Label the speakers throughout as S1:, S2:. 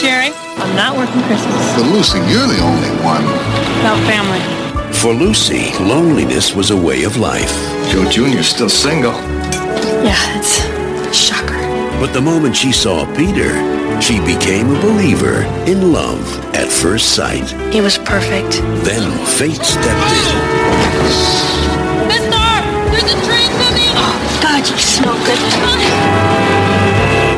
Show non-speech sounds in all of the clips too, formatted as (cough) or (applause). S1: Jerry, I'm not working Christmas.
S2: For Lucy, you're the only one.
S1: About family.
S3: For Lucy, loneliness was a way of life.
S2: Joe Jr.'s still single.
S1: Yeah, it's a shocker.
S3: But the moment she saw Peter, she became a believer in love at first sight.
S1: He was perfect.
S3: Then fate stepped in.
S1: God, you smell good.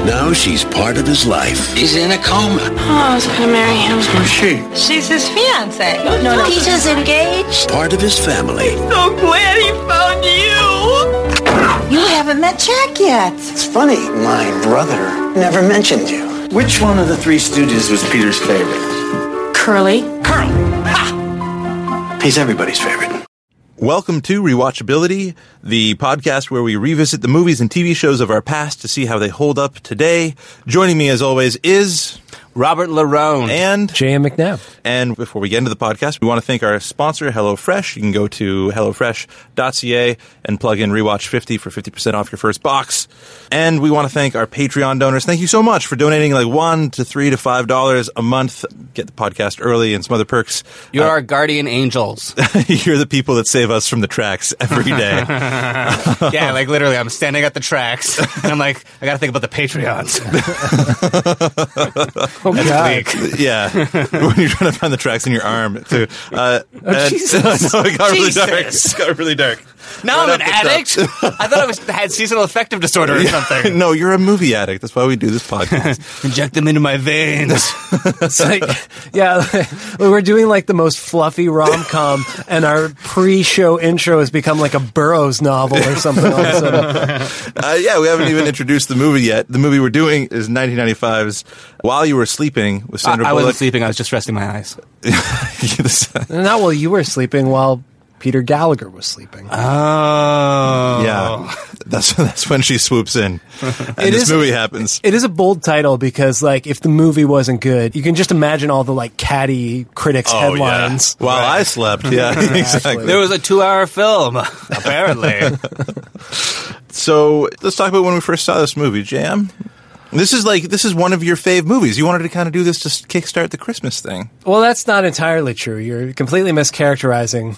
S3: Now she's part of his life.
S4: He's in a coma.
S1: Oh, I was gonna marry him.
S2: Who's she?
S1: She's his fiance. No, no, no. He's just engaged.
S3: Part of his family.
S1: So glad he found you. You haven't met Jack yet.
S5: It's funny, my brother never mentioned you. Which one of the three Stooges was Peter's favorite?
S1: Curly.
S5: He's everybody's favorite.
S6: Welcome to Rewatchability, the podcast where we revisit the movies and TV shows of our past to see how they hold up today. Joining me, as always, is
S4: Robert Larone.
S6: and
S7: J.M. McNabb.
S6: and before we get into the podcast, we want to thank our sponsor, HelloFresh. You can go to hellofresh.ca and plug in Rewatch 50 for 50% off your first box. And we want to thank our Patreon donors. Thank you so much for donating like one to three to five dollars a month. Get the podcast early and some other perks.
S4: You're our guardian angels.
S6: (laughs) You're the people that save us from the tracks every
S4: (laughs)
S6: day.
S4: (laughs) yeah, like literally, I'm standing at the tracks. And I'm like, I got to think about the (laughs) Patreons.
S7: Oh, God.
S4: Weak.
S6: yeah, when you're trying to find the tracks in your arm too. Uh, and- (laughs)
S7: Jesus.
S6: no, it got really
S4: Oh, Jesus.
S6: dark. (laughs) It got really dark.
S4: Now
S6: Right
S4: I'm an
S6: off the top. (laughs)
S4: addict. I thought I was had seasonal affective disorder or (laughs) something.
S6: No, you're a movie addict. That's why we do this
S4: (laughs)
S6: podcast.
S4: Inject them into my veins.
S7: It's like,
S6: (laughs)
S7: yeah, (laughs) we we're doing like the most fluffy rom com, and our pre show intro has become like a Burroughs novel or something. all of a
S6: (laughs)
S7: sudden.
S6: uh, yeah, we haven't even introduced the movie yet. The movie we're doing is 1995's While You Were Sleeping with
S4: I,
S6: Sandra
S4: I wasn't
S6: Bullock.
S4: sleeping. I was just resting my eyes.
S6: (laughs)
S7: And Not while you were sleeping, while Peter Gallagher was sleeping.
S4: Oh.
S6: yeah, that's that's when she swoops
S4: (laughs)
S6: in, and this
S7: is-
S6: movie happens.
S7: It is a bold title because, like, if the movie wasn't good, you can just imagine all the like catty critics
S6: Oh, yeah.
S7: headlines.
S6: While I slept,
S4: (laughs)
S6: yeah, exactly.
S4: There was a two-hour film, (laughs) apparently.
S6: So let's talk about when we first saw this movie, Jam. This is like this is one of your fave movies. You wanted to kind of do this to s- kickstart the Christmas thing.
S7: Well, that's not entirely true. You're completely mischaracterizing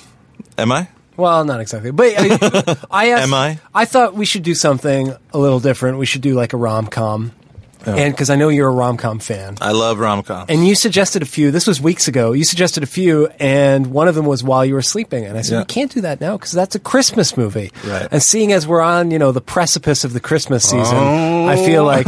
S6: Am I?
S7: Well, not exactly, but
S6: (laughs)
S7: I, I asked,
S6: Am I?
S7: thought we should do something a little different. We should do like a rom com,
S6: Oh.
S7: and because I know you're a rom com fan,
S6: I love rom com.
S7: and you suggested a few. This was weeks ago. You suggested a few, and one of them was while you were sleeping, and I said
S6: Yeah.
S7: we can't do that now because that's a Christmas movie.
S6: Right.
S7: And seeing as we're on, you know, the precipice of the Christmas season, I
S6: Oh.
S7: feel like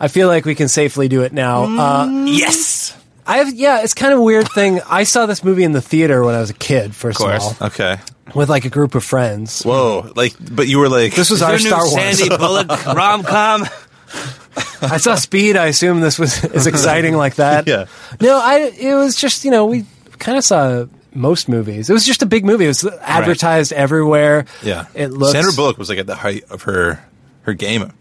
S7: I feel like we can safely do it now. Uh,
S6: Mm.
S4: yes.
S7: I have, yeah, it's kind of a weird thing. I saw this movie in the theater when I was a kid. First of,
S4: course.
S7: all,
S6: Okay.
S7: with like a group of friends.
S6: Whoa. Like, but you were like,
S7: This was
S4: Is
S7: our
S4: there
S7: Star
S4: new
S7: Wars.
S4: Sandy Bullock rom com.
S7: (laughs) I saw Speed. I assume this was as exciting like
S6: (laughs)
S7: that.
S6: Yeah.
S7: No, I. It was just you know we kind of saw most movies. It was just a big movie. It was advertised everywhere.
S6: yeah.
S7: It looked.
S6: Sandra Bullock was like at the height of her her game.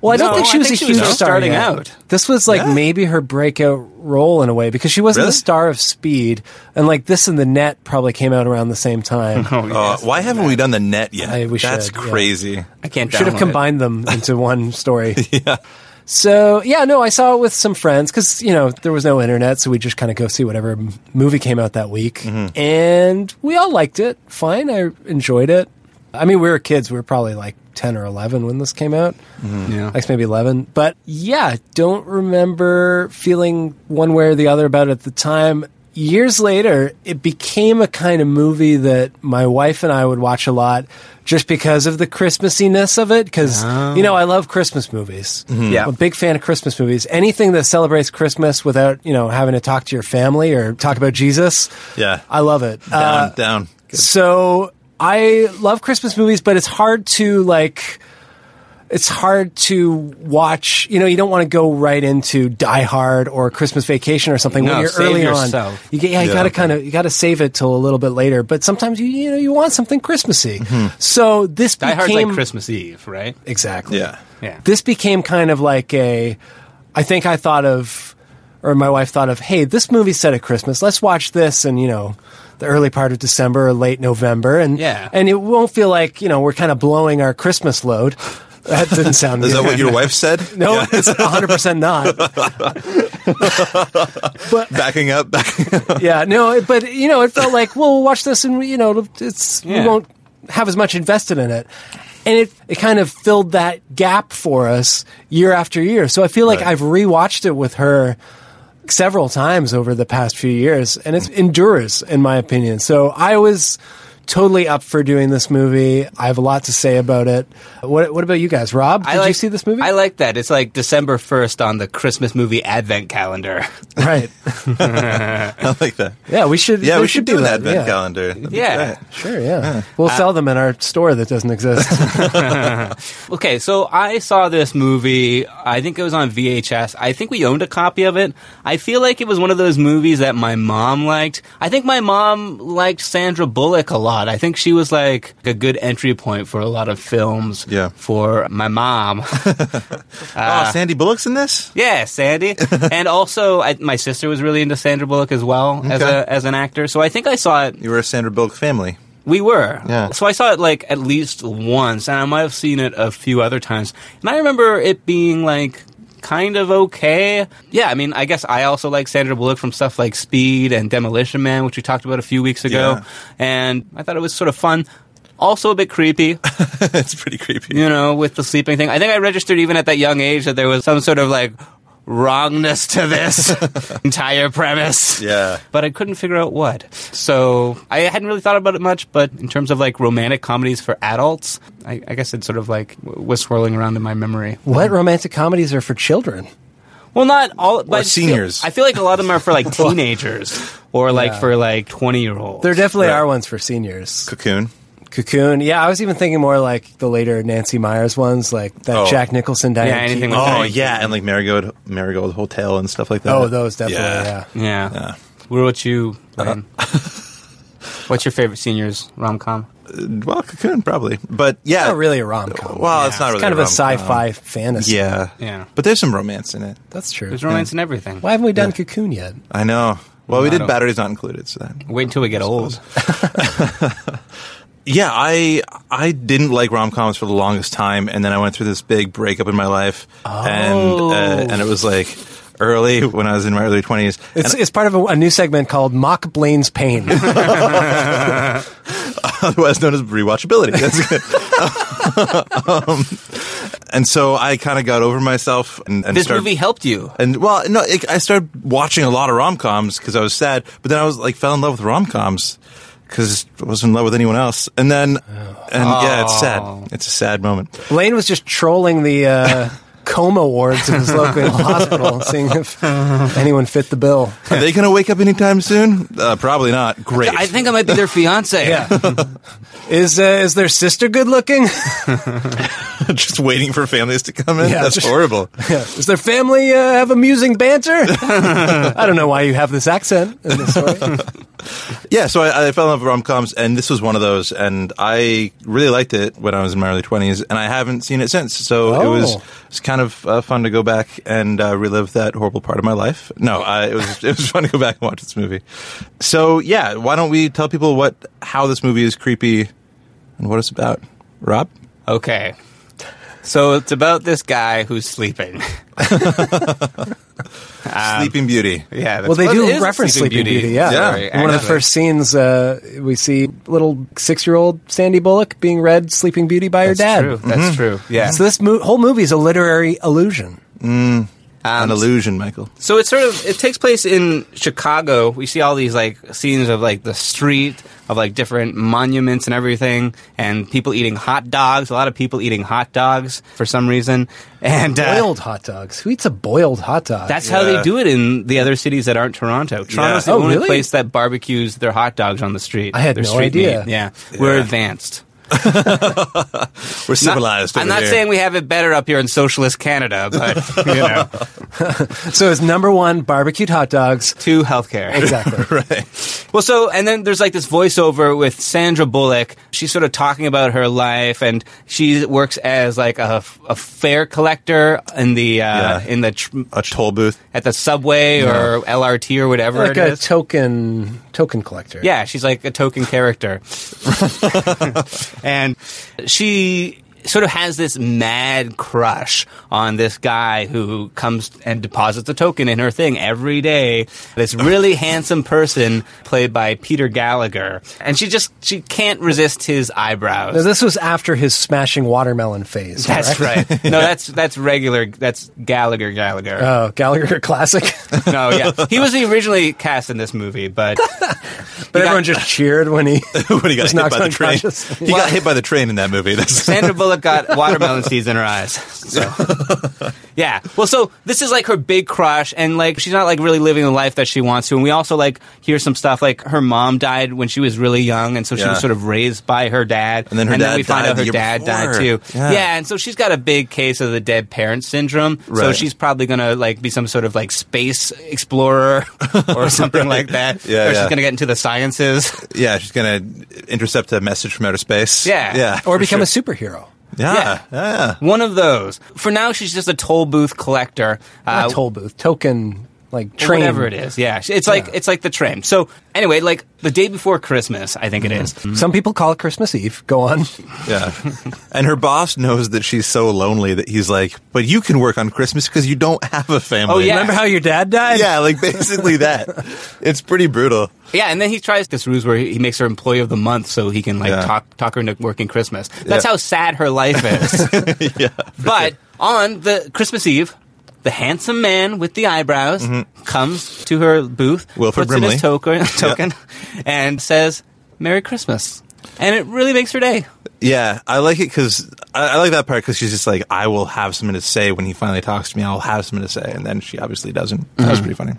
S7: Well, I don't
S4: No,
S7: think
S4: I
S7: she was
S4: think
S7: a
S4: she was
S7: huge
S4: just
S7: star
S4: starting
S7: yet.
S4: out.
S7: This was like
S6: Yeah.
S7: maybe her breakout role in a way because she wasn't
S6: Really?
S7: the star of Speed, and like this and the Net probably came out around the same time.
S6: Uh, why haven't we done the net yet?
S7: I- we
S6: That's
S7: should, yeah.
S6: crazy.
S4: I can't.
S7: should have
S4: download (laughs)
S7: combined them into one story. yeah. So yeah, no, I saw it with some friends because you know there was no internet, so we just kind of go see whatever m-
S4: Mm-hmm.
S7: movie came out that week, and we all liked it. Fine, I enjoyed it. I mean, we were kids. We were probably like 10 or 11 when this came out.
S4: Yeah.
S7: Like maybe 11. But yeah, don't remember feeling one way or the other about it at the time. Years later, it became a kind of movie that my wife and I would watch a lot just because of the Christmassiness of it. Because, you know, I love Christmas movies.
S8: Yeah.
S7: I'm a big fan of Christmas movies. Anything that celebrates Christmas without, you know, having to talk to your family or talk about Jesus.
S6: Yeah.
S7: I love it. Uh,
S6: down, down. Good.
S7: So I love Christmas movies, but it's hard to like. It's hard to watch. You know, you don't want to go right into Die Hard or Christmas Vacation or something when
S4: No,
S7: you're
S4: save
S7: early on.
S4: yourself.
S7: You get, yeah, you
S6: Yeah,
S7: got to
S6: okay.
S7: kind of you got to save it till a little bit later. But sometimes you you know you want something Christmassy. So this
S4: Mm-hmm. Die Hard's
S7: became
S4: like Christmas Eve, right?
S7: exactly
S6: Yeah.
S4: Yeah.
S7: this became kind of like a i think i thought of or my wife thought of hey this movie's set at christmas let's watch this and you know the early part of december or late november and
S4: Yeah.
S7: and it won't feel like you know we're kind of blowing our christmas load that didn't sound
S6: Is that
S7: good.
S6: what your wife
S7: (laughs)
S6: said?
S7: no it's
S6: (laughs)
S7: 100% not
S6: Backing up, backing up.
S7: yeah no it- but you know it felt like well, we'll watch this and we- you know it's
S4: Yeah.
S7: we won't have as much invested in it and it, it kind of filled that gap for us year after year so i feel like
S6: Right.
S7: i've rewatched it with her several times over the past few years and it endures in my opinion so i was totally up for doing this movie i have a lot to say about it what, what about you guys rob did
S4: I like,
S7: you see this movie
S4: I like that. It's like December 1st on the Christmas movie advent calendar. (laughs)
S6: (laughs)
S7: right
S6: (laughs) I like that.
S7: yeah we should
S6: Yeah, we, should, do an
S7: that
S6: advent Uh,
S7: yeah.
S6: calendar. That'd be
S4: Yeah.
S6: great.
S7: sure yeah we'll sell them in our store that
S6: (laughs)
S7: doesn't exist
S4: Okay, so I saw this movie. I think it was on VHS. I think we owned a copy of it. I feel like it was one of those movies that my mom liked. I think my mom liked Sandra Bullock a lot. I think she was like a good entry point for a lot of films
S6: Yeah.
S4: for my mom. (laughs)
S6: oh, Sandy Bullock's in this? (laughs)
S4: Yeah, Sandy, and also I, my sister was really into Sandra Bullock as well as
S6: Okay.
S4: a as an actor. So I think I saw it.
S6: You were a Sandra Bullock family.
S4: We were,
S6: Yeah.
S4: So I saw it like at least once, and I might have seen it a few other times. And I remember it being like kind of okay. Yeah, I mean, I guess I also like Sandra Bullock from stuff like Speed and Demolition Man, which we talked about a few weeks ago,
S6: Yeah.
S4: and I thought it was sort of fun. Also a bit creepy, (laughs)
S6: (laughs) it's pretty creepy.
S4: you know, with the sleeping thing. I think I registered even at that young age that there was some sort of like wrongness to this
S6: (laughs)
S4: entire premise.
S6: Yeah.
S4: But I couldn't figure out what. So I hadn't really thought about it much, but in terms of like romantic comedies for adults, I, I guess it sort of like w- was swirling around in my memory.
S7: What romantic comedies are for children?
S4: Well, not all, but I feel-
S6: seniors.
S4: I feel like a lot of them
S6: (laughs)
S4: are for like teenagers or like for like 20 year olds.
S7: There definitely
S6: Right.
S7: are ones for seniors.
S6: Cocoon.
S7: Cocoon. Yeah, I was even thinking more like the later Nancy Myers ones, like that
S6: Oh.
S7: Jack Nicholson, Diane
S4: Yeah, anything
S7: Keaton.
S4: like
S6: Oh
S4: Thank
S6: yeah, and like Marigold Marigold Hotel and stuff like that.
S7: Oh, those definitely. Yeah.
S4: yeah. What about you,
S6: Uh-huh. (laughs)
S4: Ryan? What's your favorite seniors rom com?
S6: Well, Cocoon probably, but yeah,
S7: Not really a rom com.
S6: Well, it's not really
S7: it's kind of a
S6: rom-com.
S7: sci-fi fantasy.
S6: Yeah,
S4: Yeah.
S6: But there's some romance in it.
S7: that's true.
S4: There's romance in everything.
S7: Why haven't we done Cocoon yet?
S6: I know. Well, we
S4: I
S6: did
S4: don't-
S6: batteries not included, so that.
S4: Wait until we get old.
S6: Yeah, I I didn't like rom coms for the longest time, and then I went through this big breakup in my life, and uh, and it was like early when I was in my early twenties.
S7: It's, it's part of a, a new segment called Mock Blaine's Pain.
S6: otherwise known as
S4: (laughs)
S6: rewatchability. That's good. Um, and so I kind of got over myself and, and
S4: This
S6: started-
S4: movie helped you.
S6: And well, no, it, I started watching a lot of rom coms because I was sad, but then I was like fell in love with rom coms because I wasn't in love with anyone else. And then,
S4: Oh.
S6: and yeah, it's sad. It's a sad moment.
S7: Blaine was just trolling the uh, coma wards of his local hospital, seeing if anyone fit the bill.
S6: Are they going to wake up anytime soon? Uh, probably not. Great.
S4: I think I might be their
S6: (laughs)
S4: fiance.
S7: Yeah. is uh, is their sister good looking?
S6: (laughs) just waiting for families to come in.
S7: Yeah,
S6: That's
S7: just-
S6: horrible.
S7: Yeah. (laughs) Does their family uh, have amusing banter? (laughs) I don't know why you have this accent in this story.
S6: Yeah, so I, I fell in love with rom coms, and this was one of those, and I really liked it when I was in my early twenties, and I haven't seen it since. So it was
S7: Oh.
S6: it's kind of uh, fun to go back and uh, relive that horrible part of my life. No, I, it was (laughs) it was fun to go back and watch this movie. So yeah, why don't we tell people what how this movie is creepy and what it's about? Rob,
S4: Okay. So it's about this guy who's sleeping.
S6: Sleeping Beauty.
S4: (laughs) Um, Yeah.
S7: well, they
S4: it
S7: do
S4: is
S7: reference Sleeping Beauty. yeah.
S6: Yeah.
S4: Sorry,
S7: In one of the
S4: actually.
S7: first scenes, uh, we see little six-year-old Sandy Bullock being read Sleeping Beauty
S4: (laughs)
S7: by
S4: That's
S7: her dad. Mm-hmm.
S4: true. That's true. Yeah.
S7: So this mo- whole movie is a literary illusion.
S6: An illusion, Michael.
S4: So it's sort of it takes place in Chicago. We see all these like scenes of like the street of like different monuments and everything, and people eating hot dogs. A lot of people eating hot dogs for some reason, and uh,
S7: Boiled hot dogs. Who eats a boiled hot dog?
S4: that's how they
S6: Yeah.
S4: do it in the other cities that aren't Toronto. Toronto's
S6: Yeah.
S4: the
S7: Oh,
S4: only
S7: really?
S4: place that barbecues their hot dogs on the street.
S7: I had
S4: their
S7: no
S4: street
S7: idea.
S4: meat. Yeah. we're
S6: Yeah.
S4: advanced.
S6: We're
S4: Not-
S6: civilized.
S4: I'm
S6: over
S4: not
S6: here.
S4: saying we have it better up here in socialist Canada, but
S6: (laughs)
S4: you know,
S7: so it's number one, barbecued
S4: (laughs)
S7: hot dogs.
S4: to healthcare.
S7: Exactly.
S4: Well, so and then there's like this voiceover with Sandra Bullock. She's sort of talking about her life, and she works as like a, a fare collector in the uh,
S6: Yeah.
S4: in the tr-
S6: a toll booth. (laughs)
S4: at the subway or LRT or whatever
S7: like
S4: it
S7: a
S4: is.
S7: token token collector.
S4: yeah, she's like a token character, and she sort of has this mad crush on this guy who comes and deposits a token in her thing every day. This really handsome person played by Peter Gallagher, and she just she can't resist his eyebrows.
S7: Now, this was after his smashing watermelon phase.
S4: that's
S7: correct?
S4: right. No, that's that's regular. That's Gallagher. Gallagher.
S7: Oh, Gallagher (laughs) classic. but
S4: no, yeah, he was originally cast in this movie, but
S6: (laughs)
S7: everyone just cheered when he
S6: when he got
S7: was
S6: hit
S7: knocked
S6: by the train.
S7: unconscious.
S6: He got hit by the train in that movie. (laughs) That's
S4: Sandra Bullock got watermelon seeds in her eyes.
S6: (laughs)
S4: So. Yeah. Well, so this is like her big crush, and like she's not like really living the life that she wants to. And we also like hear some stuff like her mom died when she was really young, and so she
S6: Yeah.
S4: was sort of raised by her dad.
S6: And then her dad
S4: we find
S6: died
S4: out
S6: the
S4: her
S6: year
S4: dad died
S6: before.
S4: too.
S6: Yeah.
S4: Yeah. and so she's got a big case of the dead parent syndrome. So
S6: Right.
S4: she's probably gonna like be some sort of like space
S6: (laughs)
S4: explorer or something like that.
S6: Yeah,
S4: Or
S6: yeah.
S4: she's gonna get into the sciences.
S6: yeah, she's gonna intercept a message from outer space.
S4: Yeah.
S6: yeah,
S7: or become a superhero.
S6: yeah, yeah.
S4: One of those. For now, she's just a toll booth collector. uh,
S6: Uh,
S7: Not toll booth, token like
S4: or
S7: train.
S4: Whatever it is, yeah. It's like it's like the train. So anyway, like the day before Christmas, I think it is.
S7: Mm-hmm. Some people call it Christmas Eve. Go (laughs) on.
S6: Yeah. (laughs) and her boss knows that she's so lonely that he's like, "But you can work on Christmas because you don't have a family."
S4: Oh, yeah. (laughs)
S7: Remember how your dad died?
S6: yeah, like basically that. It's pretty brutal.
S4: Yeah, and then he tries this ruse where he makes her employee of the month so he can like
S6: Yeah.
S4: talk talk her into working Christmas. That's
S6: Yeah.
S4: how sad her life is. but on the Christmas Eve, the handsome man with the eyebrows comes to her booth,
S6: Wilford
S4: puts in his token, token and says, "Merry Christmas." And it really makes her day.
S6: Yeah, I like it because I, I like that part because she's just like, "I will have something to say when he finally talks to me. I'll have something to say," and then she obviously doesn't. That
S4: Mm-hmm.
S6: was pretty funny.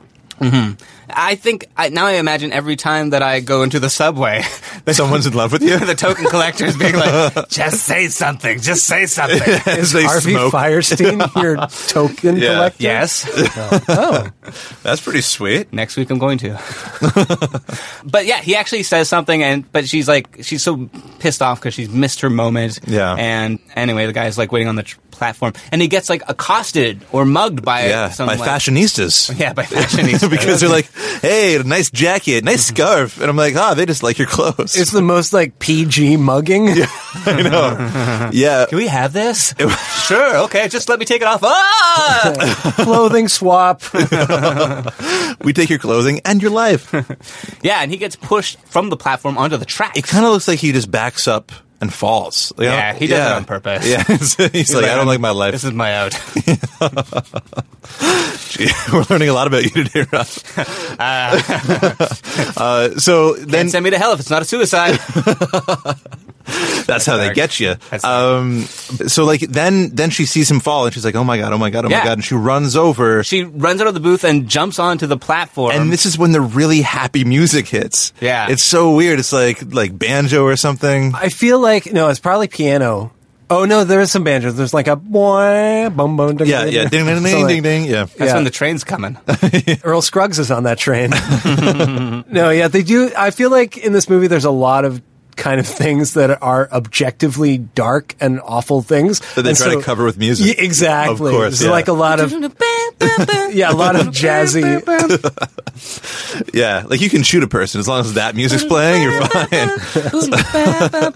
S4: I think I, now I imagine every time that I go into the subway, (laughs)
S6: Someone's in love with you.
S4: the token collectors being like, just say something, just say something.
S6: (laughs) (laughs) As they
S7: Harvey
S6: smoke. (laughs)
S7: Firestein, your token
S6: Yeah.
S7: collector.
S4: yes.
S7: Oh,
S6: That's pretty sweet.
S4: (laughs) Next week I'm going to. (laughs) but yeah, he actually says something, and but she's like, she's so pissed off because she's missed her moment.
S6: Yeah.
S4: And anyway, the guy's like waiting on the tr- platform, and he gets like accosted or mugged by
S6: Yeah,
S4: some
S6: by
S4: like-
S6: fashionistas.
S4: (laughs) Yeah, by
S6: (laughs)
S4: fashionistas.
S6: because they're like, "Hey, nice jacket, nice
S4: Mm-hmm.
S6: scarf," and I'm like, "Ah, they just like your clothes."
S7: it's the most like PG
S6: (laughs)
S7: mugging.
S6: I know. (laughs) Yeah, (laughs)
S4: Can we have this? sure. Okay. Just let me take it off. Ah! (laughs)
S6: (laughs)
S7: Clothing swap.
S6: we take your clothing and your
S4: (laughs)
S6: life. It
S4: Yeah, and he gets pushed from the platform onto the track.
S6: kind of looks like he just backs up and falls. you know?
S4: Yeah, he does it on purpose.
S6: Yeah, (laughs) he's, like, "I don't like my life."
S4: This is my
S6: (laughs)
S4: out. (laughs)
S6: We're learning a lot about you today, Rob.
S4: (laughs)
S6: (laughs) uh, so then
S4: and send me to hell if it's not a suicide.
S6: that's how they
S4: dark.
S6: get you.
S4: That's
S6: Um, so like then then she sees him fall and she's like, "Oh my god, oh my god, oh my
S4: Yeah.
S6: god!" And she runs over.
S4: she runs out of the booth and jumps onto the platform.
S6: and this is when the really happy music hits.
S4: Yeah.
S6: it's so weird. It's like like banjo or something.
S7: I feel like no, it's probably piano. Oh no, there is some banjo. There's like a boing, bum bum. ding,
S6: Yeah,
S7: ding,
S6: yeah, ding ding ding
S7: So, like,
S6: ding ding. Yeah,
S4: that's
S7: yeah.
S4: when the
S6: (laughs)
S4: train's coming.
S7: Earl (laughs) Scruggs is on that train. no, yeah, they do. I feel like in this movie, there's a lot of kind of things that are objectively dark and awful things.
S6: That they
S7: And
S6: try to cover with music.
S7: Yeah, exactly.
S6: Of course,
S7: There's
S6: yeah.
S7: like a lot of yeah, a lot of jazzy
S6: Yeah, like you can shoot a person as long as that music's playing, you're fine. (laughs)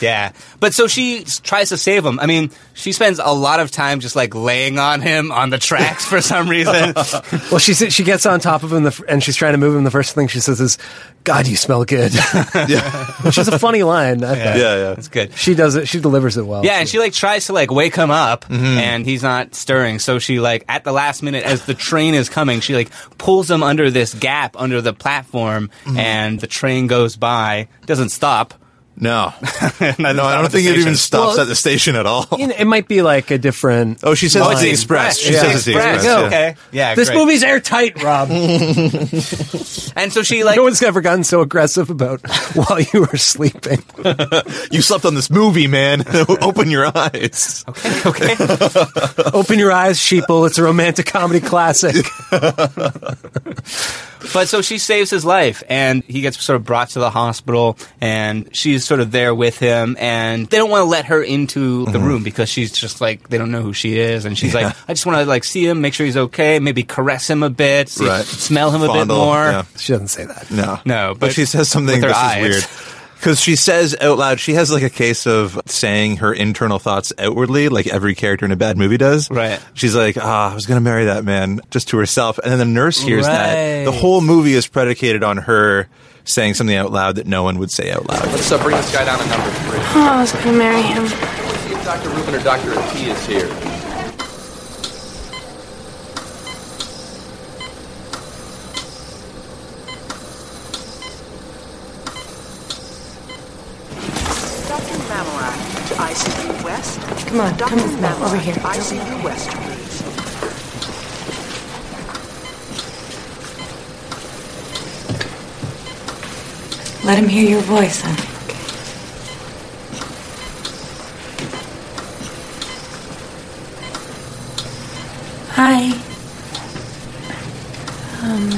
S4: Yeah, but so she s- tries to save him. I mean, she spends a lot of time just like laying on him on the tracks for
S6: (laughs)
S4: some reason.
S7: Well, she sa- she gets on top of him the, f- and she's trying to move him. The first thing she says is, "God, you smell good," (laughs)
S6: yeah,
S7: which is a funny line. I
S6: yeah,
S7: thought.
S6: yeah.
S4: That's good.
S7: She does it. She delivers it well.
S4: Yeah, and she like tries to like wake him up,
S6: Mm-hmm.
S4: and he's not stirring. So she like at the last minute, as the train is coming, she like pulls him under this gap under the platform,
S6: Mm-hmm.
S4: and the train goes by, doesn't stop. (laughs)
S6: No,
S4: no,
S6: no, I don't think it even stops at the station at all.
S7: You know, it might be like a different.
S6: Oh, she says
S4: Oh,
S6: it's
S4: it's
S6: the
S4: the
S6: express. She
S7: Express.
S6: says it's the express.
S7: Yeah.
S6: yeah.
S4: Oh, Okay, yeah.
S7: this
S4: great.
S7: movie's airtight, Rob. no
S4: (laughs) and so she like
S7: one's ever gotten so aggressive about (laughs) while you were sleeping.
S6: You slept on this movie, man. (laughs) Open your eyes.
S4: okay.
S7: Open your eyes, sheeple. It's a romantic comedy classic.
S4: (laughs) But so she saves his life, and he gets sort of brought to the hospital, and she's sort of there with him, and they don't want to let her into
S6: Mm-hmm.
S4: the room because she's just like they don't know who she is, and she's like, I just want to like see him, make sure he's okay, maybe caress him a bit, see,
S6: Right.
S4: smell him a bit
S6: Fondle,
S4: more.
S6: yeah.
S7: (laughs) She doesn't say that.
S6: No,
S4: No,
S6: But,
S4: but
S6: she says something
S4: with her
S6: this
S4: eyes.
S6: is weird because she says out loud. She has like a case of saying her internal thoughts outwardly, like every character in a bad movie does.
S4: Right.
S6: She's like, ah, I was gonna marry that man just to herself, and then the nurse hears that.
S4: Right.
S6: The whole movie is predicated on her saying something out loud that no one would say out loud.
S8: Let's uh, bring this guy down to number three.
S9: Oh, I was gonna marry him.
S8: See if Dr. Rubin or Dr. T is here.
S1: Dr. Mamelak, ICU West.
S9: Come on,
S1: Dr.
S9: come with me.
S1: Mamelak,
S9: Over here.
S1: ICU West, please.
S9: Let him hear your voice, honey. Hi. Um,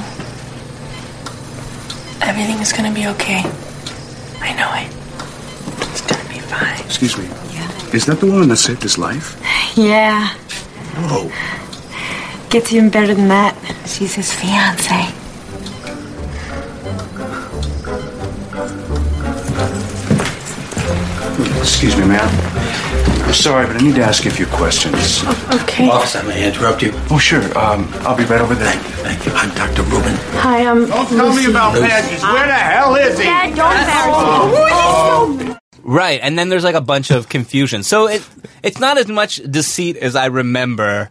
S9: everything is gonna be okay. I know it. It's gonna be fine.
S10: Excuse me. Is that the woman that saved his life?
S9: Yeah, Oh.
S10: No.
S9: gets even better than that. She's his fiance.
S10: Excuse me, ma'am. I'm sorry, but I need to ask you a few questions.
S9: Okay.
S8: I may interrupt you.
S10: Oh, sure. Um, I'll be right over there.
S8: Thank you. I'm Dr. Rubin.
S9: Hi, I'm. Don't tell me about
S10: Patches, where the hell is he?
S9: Dad, don't embarrass me.
S4: Right, and then there's like a bunch of confusion. So it it's not as much deceit as I remember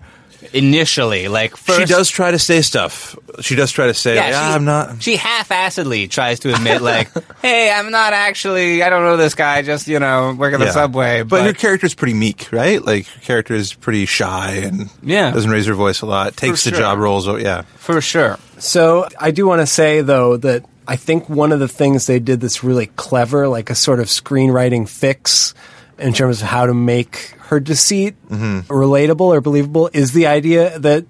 S4: initially. Like first,
S6: She does try to say stuff. She does try to say, yeah,
S4: she,
S6: I'm not.
S4: She half-assedly tries to
S6: (laughs)
S4: admit, like, "Hey, I'm not actually. I don't know this guy. Just you know, work at the
S6: Yeah.
S4: subway."
S6: But, her character's pretty meek, right? Like her character is pretty shy and
S4: Yeah.
S6: doesn't raise her voice a lot. Takes the
S4: sure.
S6: job roles, oh, yeah. (laughs)
S4: for sure,
S7: So I do want to say though that I think one of the things they did that's really clever, like a sort of screenwriting fix in terms of how to make her deceit Mm-hmm. relatable or believable, is the idea that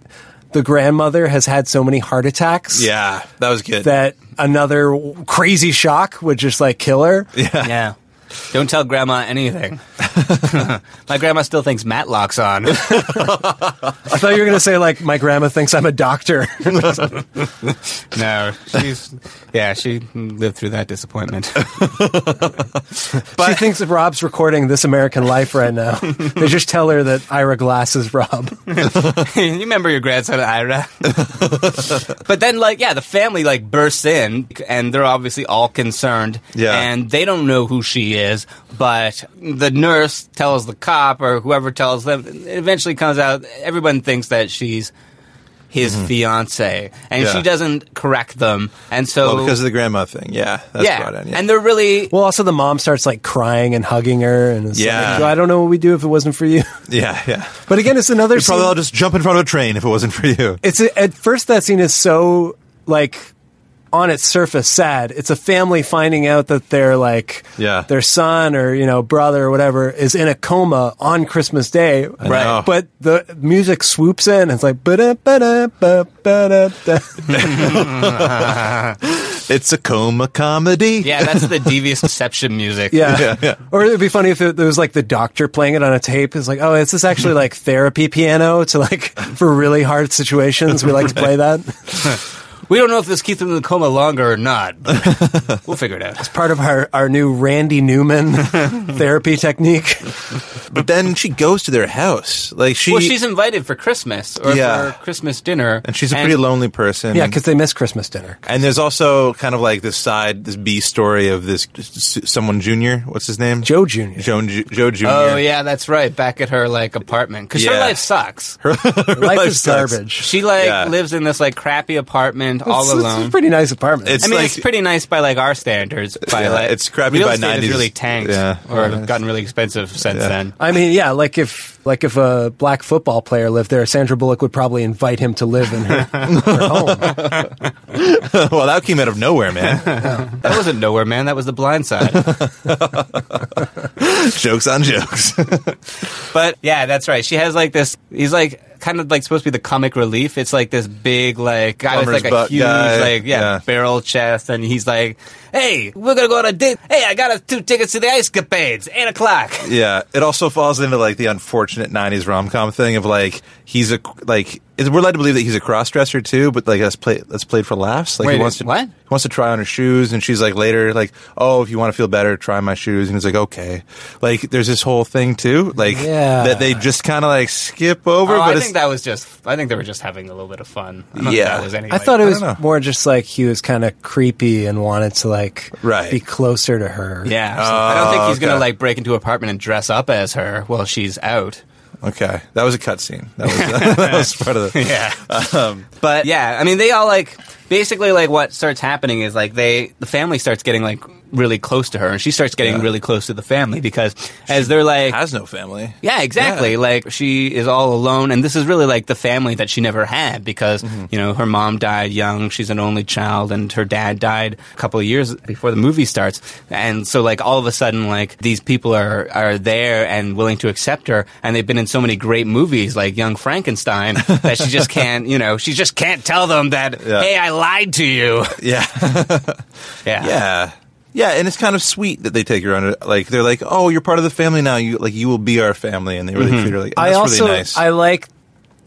S7: the grandmother has had so many heart attacks
S6: Yeah, that was good.
S7: that another w- crazy shock would just like kill her.
S4: yeah. Don't tell grandma
S6: (laughs)
S4: anything. My grandma still thinks Matlock's on. (laughs)
S7: I thought you were going to say like my grandma thinks I'm a (laughs) doctor.
S4: no, she's yeah, she lived through that disappointment.
S7: she thinks that Rob's recording This American Life
S6: (laughs)
S7: right now. they just tell her that Ira Glass is Rob.
S4: (laughs) you remember your
S6: (laughs)
S4: grandson Ira? but then, like, yeah, the family like bursts in, and they're obviously all concerned.
S6: Yeah.
S4: and they don't know who she is, but the nurse tells the cop or whoever tells them. It eventually comes out. Everyone thinks that she's his fiance, and
S6: Mm-hmm. Yeah.
S4: she doesn't correct them, and so.
S6: well, because of the grandma thing. Yeah, that's
S4: yeah,
S6: brought in. Yeah.
S4: and they're really
S7: Well, also the mom starts like crying and hugging her, and it's
S6: Yeah.
S7: like, "Well, I don't know what we do if it wasn't for you. (laughs)
S6: yeah, yeah.
S7: But again, it's another.
S6: You'd probably
S7: scene-
S6: all just jump in front of a train if it wasn't for you.
S7: it's a, at first that scene is so like on its surface sad. It's a family finding out that their like
S6: Yeah.
S7: their son or you know brother or whatever is in a coma on Christmas Day,
S6: Right. know.
S7: But the music swoops in and it's like ba da ba da ba da.
S6: It's a coma comedy.
S4: Yeah, that's
S6: (laughs)
S4: the devious deception music.
S7: Yeah. Or it'd be funny if it, there was like the doctor playing it on a tape. It's like, oh, is this actually like therapy piano to like (laughs) for really hard situations? We like to play that.
S4: We don't know if this keeps them in the coma longer or not,
S6: (laughs)
S4: but we'll figure it out.
S7: Part of our, our new Randy Newman therapy technique.
S6: But then she goes to their house. Like she,
S4: well, she's invited for Christmas or
S6: Yeah.
S4: for Christmas dinner.
S6: and she's a pretty lonely person.
S7: Yeah, because they miss Christmas dinner.
S6: And there's also kind of like this side, this B story of this s- someone junior. What's his name?
S7: Joe Junior.
S6: Joe, Ju- Joe Junior.
S4: Oh yeah, that's right. Back at her like apartment because her
S6: Yeah.
S4: life sucks.
S6: Her
S7: Life,
S6: life
S7: is
S6: sucks.
S7: garbage.
S4: She like
S6: Yeah.
S4: lives in this like crappy apartment all
S7: It's- It's
S4: alone.
S7: a pretty nice apartment.
S6: It's
S4: I mean,
S6: like
S4: it's pretty nice by like our standards. By
S6: Yeah,
S4: like
S6: it's crappy
S4: real
S6: by
S4: estate has
S6: 90s.
S4: Really tanked
S6: Yeah.
S4: or
S6: Yeah.
S4: gotten really expensive since then.
S7: I mean, yeah, like if like if a black football player lived there, Sandra Bullock would probably invite him to live in her, her home.
S6: (laughs) well, that came out of nowhere, man. (laughs)
S4: That wasn't nowhere, man. That was the blind side.
S6: jokes on jokes.
S4: But yeah, that's right. She has like this. He's like kind of like supposed to be the comic relief. It's like this big like guy
S6: Plumber's
S4: with like a
S6: butt
S4: huge
S6: guy.
S4: like yeah,
S6: Yeah.
S4: barrel chest, and he's like, "Hey, we're gonna go on a date. Hey, I got us two tickets to the ice capades. Eight o'clock."
S6: yeah, it also falls into like the unfortunate '90s rom com thing of like he's a like is- we're led to believe that he's a cross dresser too, but like that's play that's played for laughs. Like
S4: Wait,
S6: he wants to
S4: what?
S6: he wants to try on her shoes, and she's like later like oh if you want to feel better, try my shoes, and he's like okay. Like there's this whole thing too, like
S7: Yeah.
S6: that they just kind of like skip over.
S4: Oh,
S6: but
S4: I
S6: it's,
S4: think that was just. I think they were just having a little bit of fun. I don't know if
S6: Yeah.
S4: that was any,
S7: I
S4: like-
S7: thought it was
S6: don't know.
S7: more just like he was kind of creepy and wanted to like
S6: Right.
S7: be closer to her.
S4: Yeah, I don't think he's
S6: Oh, okay.
S4: gonna like break into an apartment and dress up as her while she's out.
S6: okay, that was a cutscene. That was (laughs) that was part of the
S4: (laughs) Yeah. Um, but yeah, I mean, they all like basically like what starts happening is like they the family starts getting like really close to her, and she starts getting really close to the family because as they're like.
S6: has no family.
S4: yeah, exactly. Like she is all alone, and this is really like the family that she never had because you know her mom died young. She's an only child, and her dad died a couple of years before the movie starts. And so, like all of a sudden, like these people are are there and willing to accept her, and they've been in so many great movies like Young Frankenstein that she just can't. You know, she just can't tell them that
S6: Yeah.
S4: hey, I lied to you.
S6: Yeah.
S4: (laughs) Yeah,
S6: Yeah. Yeah, and it's kind of sweet that they take her on. Like they're like, "Oh, you're part of the family now. You like you will be our family," and they really
S4: Mm-hmm.
S6: treat her like. and
S7: I
S6: That's
S7: also
S6: really nice.
S7: I like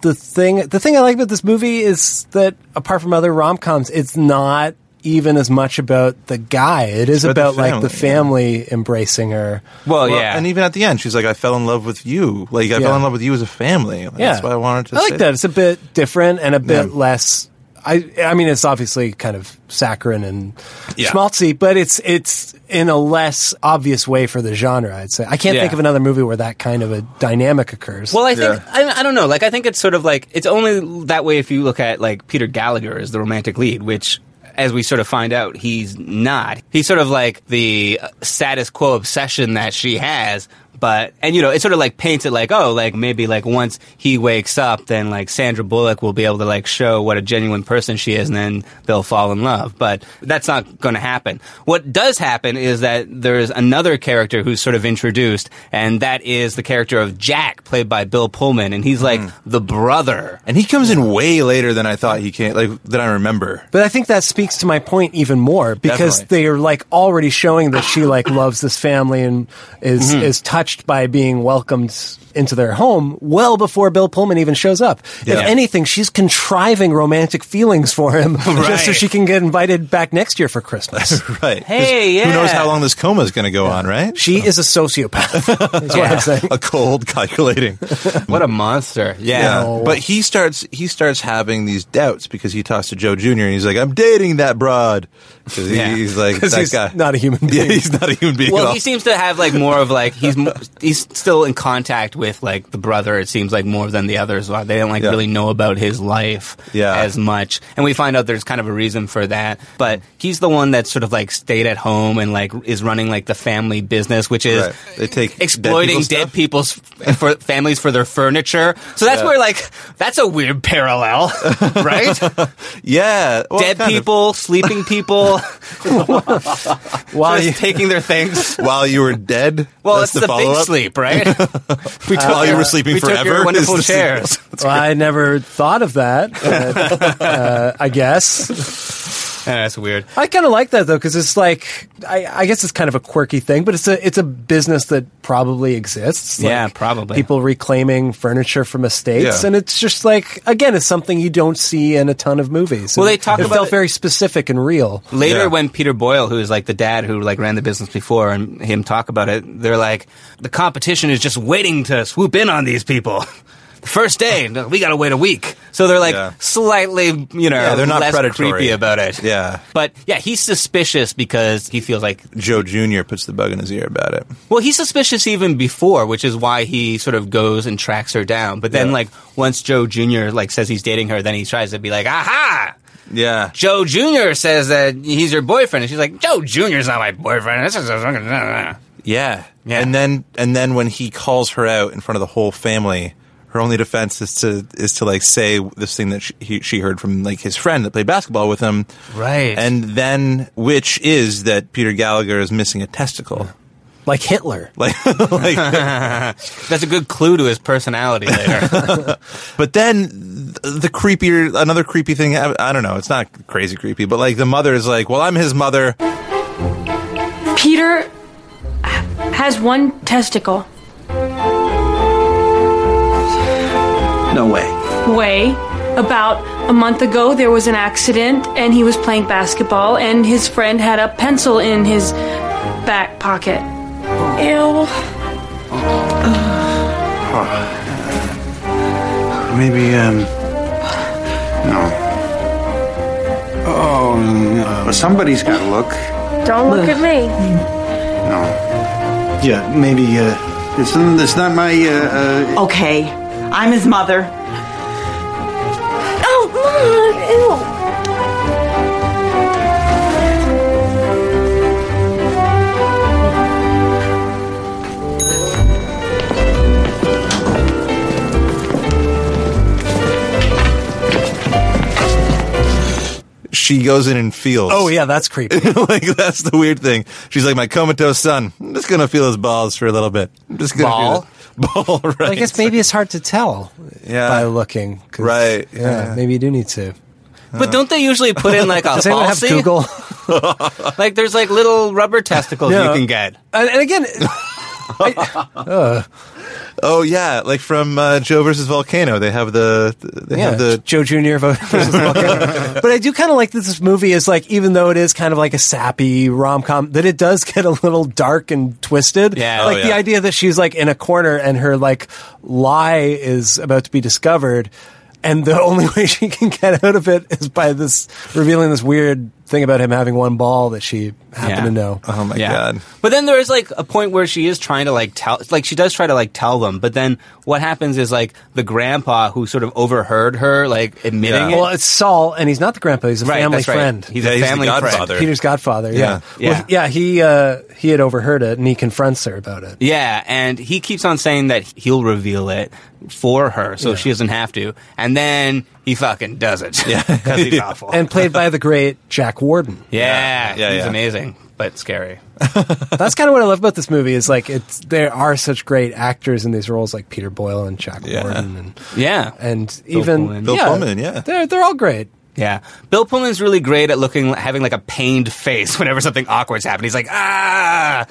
S7: the thing. The thing I like about this movie is that apart from other rom coms, it's not even as much about the guy. It is
S6: about the
S7: about like the
S6: family,
S7: family embracing her.
S4: Well,
S6: Well,
S4: yeah,
S6: and even at the end, she's like, "I fell in love with you. Like I fell
S7: Yeah.
S6: in love with you as a family. Like, That's why I wanted to."
S7: I like
S6: say-
S7: that. It's a bit different and a bit
S6: Yeah.
S7: less. I I mean, it's obviously kind of saccharine and
S6: Yeah.
S7: schmaltzy, but it's it's in a less obvious way for the genre. I'd say I can't
S4: Yeah.
S7: think of another movie where that kind of a dynamic occurs.
S4: Well, I think I, I don't know. Like, I think it's sort of like it's only that way if you look at like Peter Gallagher as the romantic lead, which. As we sort of find out, he's not. He's sort of like the uh, status quo obsession that she has, but, and you know, it sort of like paints it like, oh, like maybe like once he wakes up, then like Sandra Bullock will be able to like show what a genuine person she is and then they'll fall in love. But that's not going to happen. What does happen is that there's another character who's sort of introduced, and that is the character of Jack, played by Bill Pullman, and he's like the brother.
S6: And he comes in way later than I thought he came. Like than I remember. (laughs)
S7: But I think that speaks to my point even more because
S6: Definitely.
S7: they are like already showing that she
S6: (coughs)
S7: like loves this family and is
S6: Mm-hmm.
S7: is touched by being welcomed into their home well before Bill Pullman even shows up.
S6: Yeah.
S7: If anything, she's contriving romantic feelings for
S6: (laughs)
S7: him just so
S4: Right.
S7: she can get invited back next year for Christmas.
S6: Right. 'Cause
S4: Hey,
S6: Who knows
S4: yeah.
S6: how long this coma is going to go on? Right.
S7: She is a sociopath. Is what I'm saying.
S6: (laughs) a cold
S7: (laughs)
S6: calculating.
S4: (laughs) What a monster. Yeah.
S6: Yeah, but he starts he starts having these doubts because he talks to Joe Junior and he's like, "I'm dating that broad," because
S4: Yeah.
S6: he's
S4: (laughs)
S6: like
S7: (laughs) 'Cause
S6: that
S7: he's
S6: guy.
S7: not a human
S6: (laughs) Yeah,
S7: being.
S6: he's not a human being. at
S4: Well,
S6: all.
S4: he seems to have like more of like he's mo- he's still in contact with like the brother. It seems like more than the others. Like, They don't like
S6: Yeah.
S4: really know about his life
S6: Yeah.
S4: as much, and we find out there's kind of a reason for that. But he's the one that sort of like stayed at home and like is running like the family business, which is.
S6: Right. They take
S4: Exploiting dead,
S6: people.
S4: people's f- for families for their furniture, so that's
S6: Yeah.
S4: where like that's a weird parallel, (laughs)
S6: (laughs)
S4: right?
S6: Yeah, well,
S4: dead
S6: kind of.
S4: people, sleeping people,
S7: While you,
S4: (laughs) just taking their things.
S6: while you were dead.
S4: (laughs) Well,
S6: That's
S4: it's the, big
S6: follow-up?
S4: sleep,
S6: (laughs)
S4: right? we took
S6: While you
S4: your-
S6: were sleeping
S4: we took
S6: forever. (laughs)
S4: your wonderful
S6: Is this-
S4: chairs.
S6: (laughs)
S7: well, I never thought of that. but, uh, I guess
S4: That's weird.
S7: I kind of like that though, because it's like I, I guess it's kind of a quirky thing, but it's a it's a business that probably exists. Like
S4: Yeah, probably.
S7: people reclaiming furniture from estates,
S4: Yeah.
S7: and it's just like again, it's something you don't see in a ton of movies.
S4: Well,
S7: And
S4: they talk
S7: it
S4: about
S7: felt
S4: it-
S7: very specific and real.
S4: Later, when Peter Boyle, who is like the dad who like ran the business before, and him talk about it, they're like, the competition is just waiting to swoop in on these people. (laughs) The first day, no, we got to wait a week. So they're like slightly, you know,
S6: Yeah, they're not
S4: less
S6: predatory.
S4: creepy about it.
S6: Yeah.
S4: But yeah, he's suspicious because he feels like
S6: Joe Jr. puts the bug in his ear about it.
S4: Well, he's suspicious even before, which is why he sort of goes and tracks her down. But then,
S6: Yeah.
S4: like, once Joe Jr. like says he's dating her, then he tries to be like, "Aha!"
S6: Yeah.
S4: Joe Jr. says that he's your boyfriend, and she's like, "Joe Jr.'s not my boyfriend." This is a fucking-
S6: Yeah. And then and then when he calls her out in front of the whole family, her only defense is to is to like say this thing that she, he, she heard from like his friend that played basketball with him.
S4: Right.
S6: And then which is that Peter Gallagher is missing a testicle.
S7: Like Hitler.
S6: Like (laughs)
S4: that's a good clue to his personality
S7: (laughs)
S4: later.
S6: But then th- the creepier, another creepy thing. I, I don't know. It's not crazy creepy, but like the mother is like, "Well, I'm his mother."
S11: Peter has one testicle.
S5: No way.
S11: Way. About a month ago, there was an accident, and he was playing basketball, and his friend had a pencil in his back pocket. Ew.
S10: Huh. Maybe, um. No. Oh, no. Somebody's got to look.
S11: Don't look at me.
S10: No. Yeah, maybe, uh. It's, it's not my, uh. uh
S12: Okay, I'm his mother.
S1: Oh, Mom, ew.
S6: She goes in and feels.
S7: Oh yeah, that's
S6: (laughs)
S7: creepy.
S6: like that's the weird thing. She's like, "My comatose son. I'm just gonna feel his balls for a little bit. I'm just gonna
S7: Ball?
S6: do this." (laughs) ball." Right.
S4: (laughs)
S7: I guess maybe it's hard to tell
S6: Yeah.
S7: by looking. 'cause,
S6: Right,
S7: Yeah,
S6: yeah.
S7: Maybe you do need to.
S4: but don't they usually put in like a
S7: Does anyone have
S4: falsy? (laughs)
S7: Google?
S4: like, there's like little rubber testicles
S6: Yeah.
S4: you can get.
S7: And,
S4: (laughs)
S7: and again,
S6: Oh yeah, like from uh, Joe versus Volcano. They have the they
S7: yeah,
S6: have the
S7: Joe
S4: (laughs)
S7: Junior versus Volcano. but I do kind of like that this movie is like, even though it is kind of like a sappy rom com, that it does get a little dark and twisted.
S4: Yeah.
S7: like
S4: Oh,
S7: the
S4: yeah.
S7: idea that she's like in a corner and her like lie is about to be discovered, and the only (laughs) way she can get out of it is by this revealing this weird thing about him having one ball that she happened
S4: Yeah. Uh,
S7: to know.
S6: Oh my god.
S4: But then there is like a point where she is trying to like tell, like she does try to like tell them. But then what happens is like the grandpa who sort of overheard her like admitting
S7: Well,
S4: it.
S7: it's Saul, and he's not the grandpa. He's a
S4: Right,
S7: family
S4: that's right.
S7: friend.
S4: He's a Yeah, he's the family friend. godfather.
S7: Peter's godfather.
S4: Yeah.
S7: Yeah,
S4: Yeah.
S7: Well, yeah. He uh, he had overheard it, and he confronts her about it.
S4: Yeah, and he keeps on saying that he'll reveal it for her, so
S7: Yeah.
S4: she doesn't have to. And then he fucking does it. (laughs) Yeah, because he's awful.
S7: (laughs) And played by the great
S4: (laughs)
S7: Jack Warden.
S4: Yeah,
S6: Yeah,
S4: he's
S6: yeah.
S4: amazing, but scary.
S7: That's kind of what I love about this movie is like it's there are such great actors in these roles like Peter Boyle and Jack
S4: Yeah.
S7: Warden and
S4: Yeah,
S7: and even
S4: Bill
S7: yeah,
S4: Pullman,
S6: yeah.
S7: They're they're all great.
S4: yeah. Bill Pullman's really great at looking, having like a pained face (laughs) whenever something awkward's happened. He's like, ah,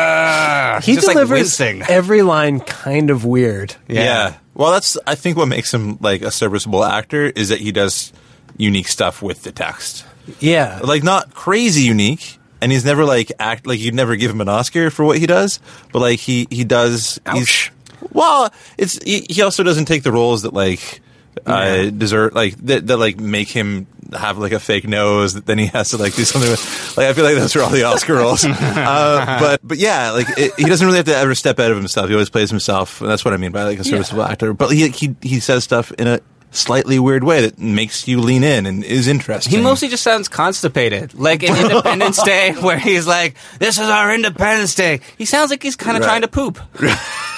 S4: ah.
S7: He
S4: just like
S7: delivers
S4: wincing. (laughs)
S7: every line kind of weird.
S6: Yeah. Well, that's I think what makes him like a serviceable actor is that he does unique stuff with the text.
S7: Yeah.
S6: Like not crazy unique, and he's never like act like you'd never give him an Oscar for what he does, but like he he does. Ouch. well, it's he, he also doesn't take the roles that like. Uh, desert like that, that like make him have like a fake nose that then he has to like do something with like I feel like those are all the Oscar roles uh, but but yeah like it, he doesn't really have to ever step out of himself he always plays himself and that's what I mean by like a
S7: Yeah.
S6: serviceable actor but he, he he says stuff in a slightly weird way that makes you lean in and is interesting
S4: He mostly just sounds constipated, like in
S7: (laughs)
S4: Independence Day, where he's like, "This is our Independence Day." He sounds like he's kind of
S6: Right.
S4: trying to poop.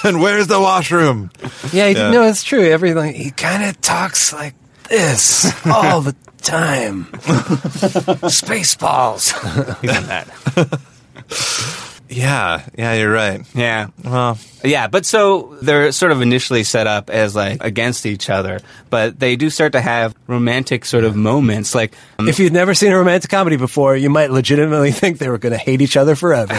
S6: and where's the washroom?
S7: Yeah, he,
S6: Yeah.
S7: no, it's true. Everything he kind of talks like
S4: (laughs)
S7: this all the time. Spaceballs.
S4: He's done that.
S6: Yeah, yeah, you're right.
S4: Yeah. Well, yeah, but so they're sort of initially set up as like against each other, but they do start to have romantic sort of moments. Like,
S7: If you'd never seen a romantic comedy before, you might legitimately think they were going to hate each other forever.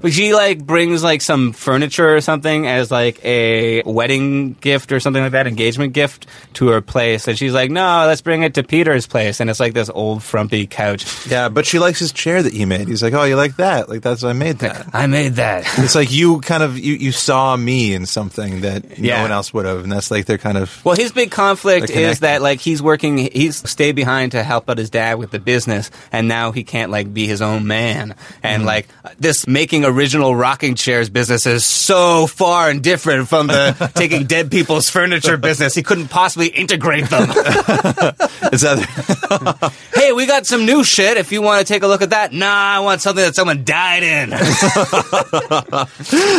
S4: but she like brings like some furniture or something as like a wedding gift or something like that, engagement gift to her place, and she's like, "No, let's bring it to Peter's place," and it's like this old frumpy couch.
S6: Yeah, but she likes his chair that he made. He's like, "Oh, you like that? Like that's I made (laughs) that.
S4: I made that."
S6: It's like you kind of you, you saw me in something that
S4: Yeah.
S6: no one else would have, and that's like they're kind of
S4: Well, his big conflict
S6: They're connected.
S4: is that like he's working, he's stayed behind to help out his dad with the business, and now he can't like be his own man. And like this making original rocking chairs business is so far and different from the taking dead people's furniture business. He couldn't possibly integrate them.
S6: is that
S4: hey, we got some new shit. If you want to take a look at that, nah, I want something that someone
S6: (laughs)
S4: died in.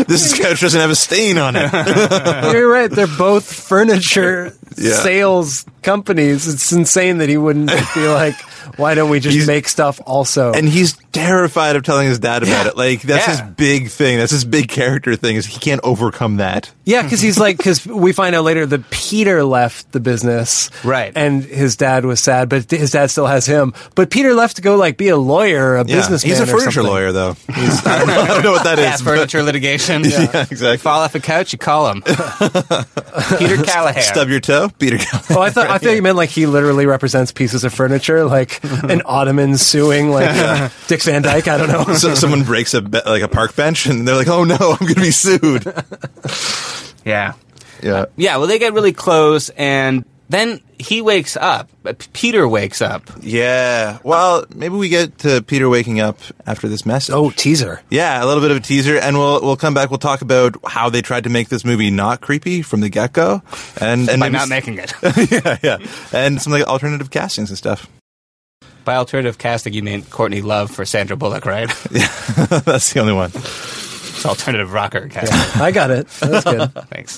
S6: (laughs) this couch doesn't have a stain on (laughs) it.
S7: You're right. They're both furniture
S6: (laughs) Yeah.
S7: sales companies. It's insane that he wouldn't
S6: (laughs)
S7: be like, why don't we just make stuff also?
S6: and he's terrified of telling his dad about it. Like that's
S7: Yeah.
S6: his big thing. That's his big character thing. Is he can't overcome that.
S7: yeah, because he's like, because we find out later that Peter left the business.
S4: Right.
S7: And his dad was sad, but his dad still has him. But Peter left to go like be a lawyer, a
S6: Yeah.
S7: businessman.
S6: He's a
S7: or
S6: furniture
S7: something.
S6: lawyer, though. He's, I, don't know, I don't know what (laughs) that is.
S4: yeah, furniture litigation.
S6: (laughs) Yeah. exactly.
S4: Fall off a couch, you
S6: (laughs)
S4: call him. Peter Callahan.
S6: Stub your toe, Peter. Gallagher.
S7: Oh, I thought I thought you meant like he literally represents pieces of
S6: (laughs)
S7: furniture, like an ottoman suing like uh, Dick Van Dyke. I don't
S6: (laughs)
S7: know.
S6: so, someone breaks a be- like a park bench, and they're like, "Oh no, I'm going to be sued."
S4: Yeah. Uh,
S6: Yeah.
S4: Yeah, well, they get really close, and then he wakes up. Uh, P- Peter wakes up.
S6: Yeah. Well, maybe we get to Peter waking up after this message.
S7: Oh, teaser.
S6: Yeah, a little bit of a teaser, and we'll we'll come back. We'll talk about how they tried to make this movie not creepy from the get go, and and
S4: by
S6: maybe
S4: not
S6: s- (laughs)
S4: making it.
S6: yeah, yeah, and some like alternative castings and stuff. (laughs)
S4: By alternative casting, you mean Courtney Love for Sandra
S6: (laughs)
S4: Bullock, right?
S6: That's the only one.
S4: It's alternative rocker casting.
S7: I got it. That's good.
S4: (laughs) Thanks.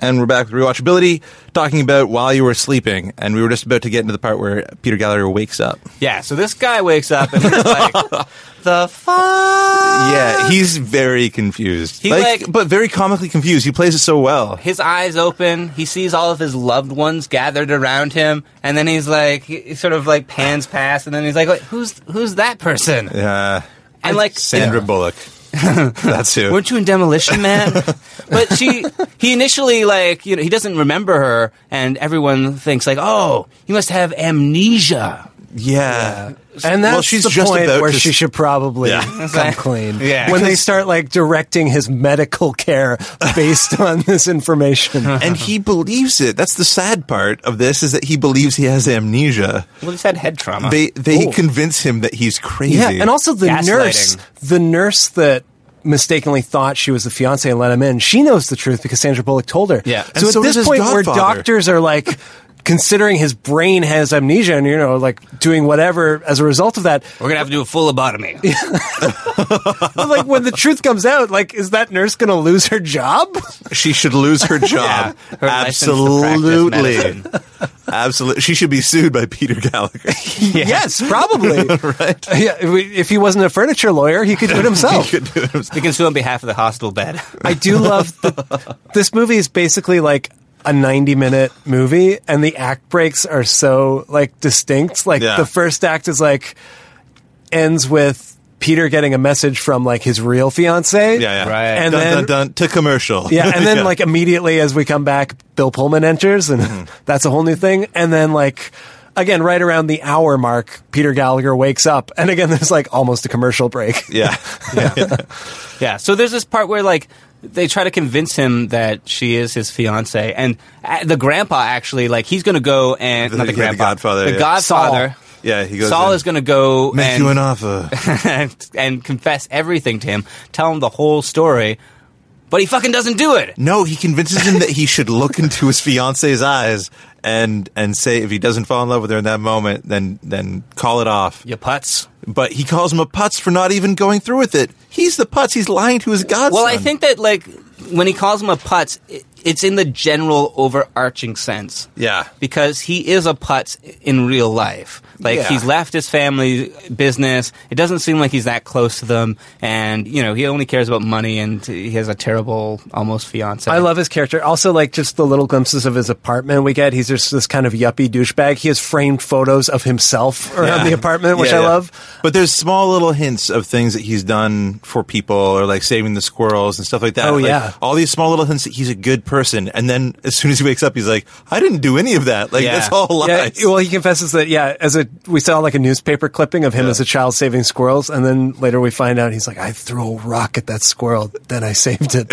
S6: And we're back with rewatchability, talking about while you were sleeping, and we were just about to get into the part where Peter Gallagher wakes up.
S4: Yeah, so this guy wakes up and
S6: (laughs)
S4: he's like, the fuck?
S6: Yeah, he's very confused,
S4: He,
S6: like,
S4: like-
S6: but very comically confused. He plays it so well.
S4: His eyes open. He sees all of his loved ones gathered around him, and then he's like, he he sort of like pans past, and then he's like, Wait, "Who's who's that person?"
S6: Yeah,
S4: And like
S6: Uh, Sandra
S7: (laughs)
S6: Bullock. That's who.
S4: Weren't you in Demolition Man? (laughs) but she, he initially like, you know, he doesn't remember her, and everyone thinks like, oh, you must have amnesia.
S6: Yeah.
S7: And that's
S4: Well, she's
S7: the
S4: just
S7: point
S4: about
S7: where
S4: to-
S7: she should probably
S4: Yeah.
S7: (laughs) come clean.
S4: (laughs) Yeah.
S7: When they start like directing his medical care
S4: (laughs)
S7: based on this information.
S6: and he believes it. That's the sad part of this is that he believes he has amnesia.
S4: Well, he's had head trauma.
S6: They they
S7: Oh.
S6: convince him that he's crazy.
S7: Yeah, and also the nurse, the nurse that mistakenly thought she was the fiance and let him in. She knows the truth because Sandra Bullock told her.
S6: Yeah. And
S7: So at
S6: so does
S7: this
S6: his
S7: point, where
S6: godfather.
S7: doctors
S4: (laughs)
S7: are like considering his brain has amnesia and you know like doing whatever as a result
S4: (laughs)
S7: of that,
S4: We're gonna have to do a full lobotomy.
S6: (laughs)
S7: but, like when the truth comes out, like is that nurse going to lose her job?
S6: She should lose
S7: (laughs)
S6: her job.
S7: Yeah, her license to
S6: Absolutely. (laughs)
S7: practice
S6: Absolutely. She should be sued by Peter
S7: (laughs)
S6: Gallagher.
S7: Yes, probably. (laughs) right? Yeah, if we- if he wasn't a furniture lawyer, (laughs) he could do it himself.
S4: He can sue on behalf of the hospital bed.
S7: I do love the, this movie is basically like a 90 minute movie and the act breaks are so like distinct. Like
S6: Yeah.
S7: the first act is like ends with Peter getting a message from like his real fiance.
S6: Yeah, yeah.
S7: And
S6: dun,
S7: then
S6: dun, dun, to commercial.
S7: yeah, (laughs) Mm-hmm.
S6: (laughs)
S7: and then (laughs) like immediately as we come back, Bill Pullman enters, and that's a whole new thing. And then like again, right around the hour mark, Peter Gallagher wakes up, and again, there's like almost a commercial break.
S6: Yeah.
S7: (laughs)
S4: Yeah. So there's this part where like they try to convince him that she is his fiance, and uh, the grandpa actually like he's going to go and not
S6: Yeah, the
S4: the grandpa,
S6: Godfather,
S4: the
S6: yeah.
S4: Godfather.
S6: Saul. Yeah, he goes
S4: Saul
S6: in.
S4: is going to go
S6: Make
S4: and,
S6: you an offer.
S4: (laughs) and, confess everything to him, tell him the whole story, but he fucking doesn't do it.
S6: (laughs) No, he convinces him that he should look into his fiance's eyes and and say if he doesn't fall in love with her in that moment, then then call it off.
S4: You putz.
S6: But he calls him a putz for not even going through with it. He's the putz. He's lying to his godson.
S4: Well, I think that like when he calls him a putz, i- it's in the general overarching sense.
S6: Yeah.
S4: because he is a putz in real life. Like
S6: Yeah.
S4: he's left his family business. It doesn't seem like he's that close to them, and you know he only cares about money, and he has a terrible almost fiance.
S7: I love his character. Also, like just the little glimpses of his apartment we get. He's just this kind of yuppie douchebag. He has framed photos of himself around
S6: Yeah.
S7: the apartment, which
S6: Yeah,
S7: I
S6: yeah.
S7: love.
S6: But there's small little hints of things that he's done for people, or like saving the squirrels and stuff like that.
S7: Oh,
S6: Like,
S7: yeah.
S6: all these small little hints that he's a good person. And then as soon as he wakes up, he's like, "I didn't do any of that. Like that's all lies."
S7: Yeah, well, he confesses that. Yeah, as a we saw like a newspaper clipping of him as a child saving squirrels, and then later we find out he's like, I threw a rock at that squirrel, then I saved it.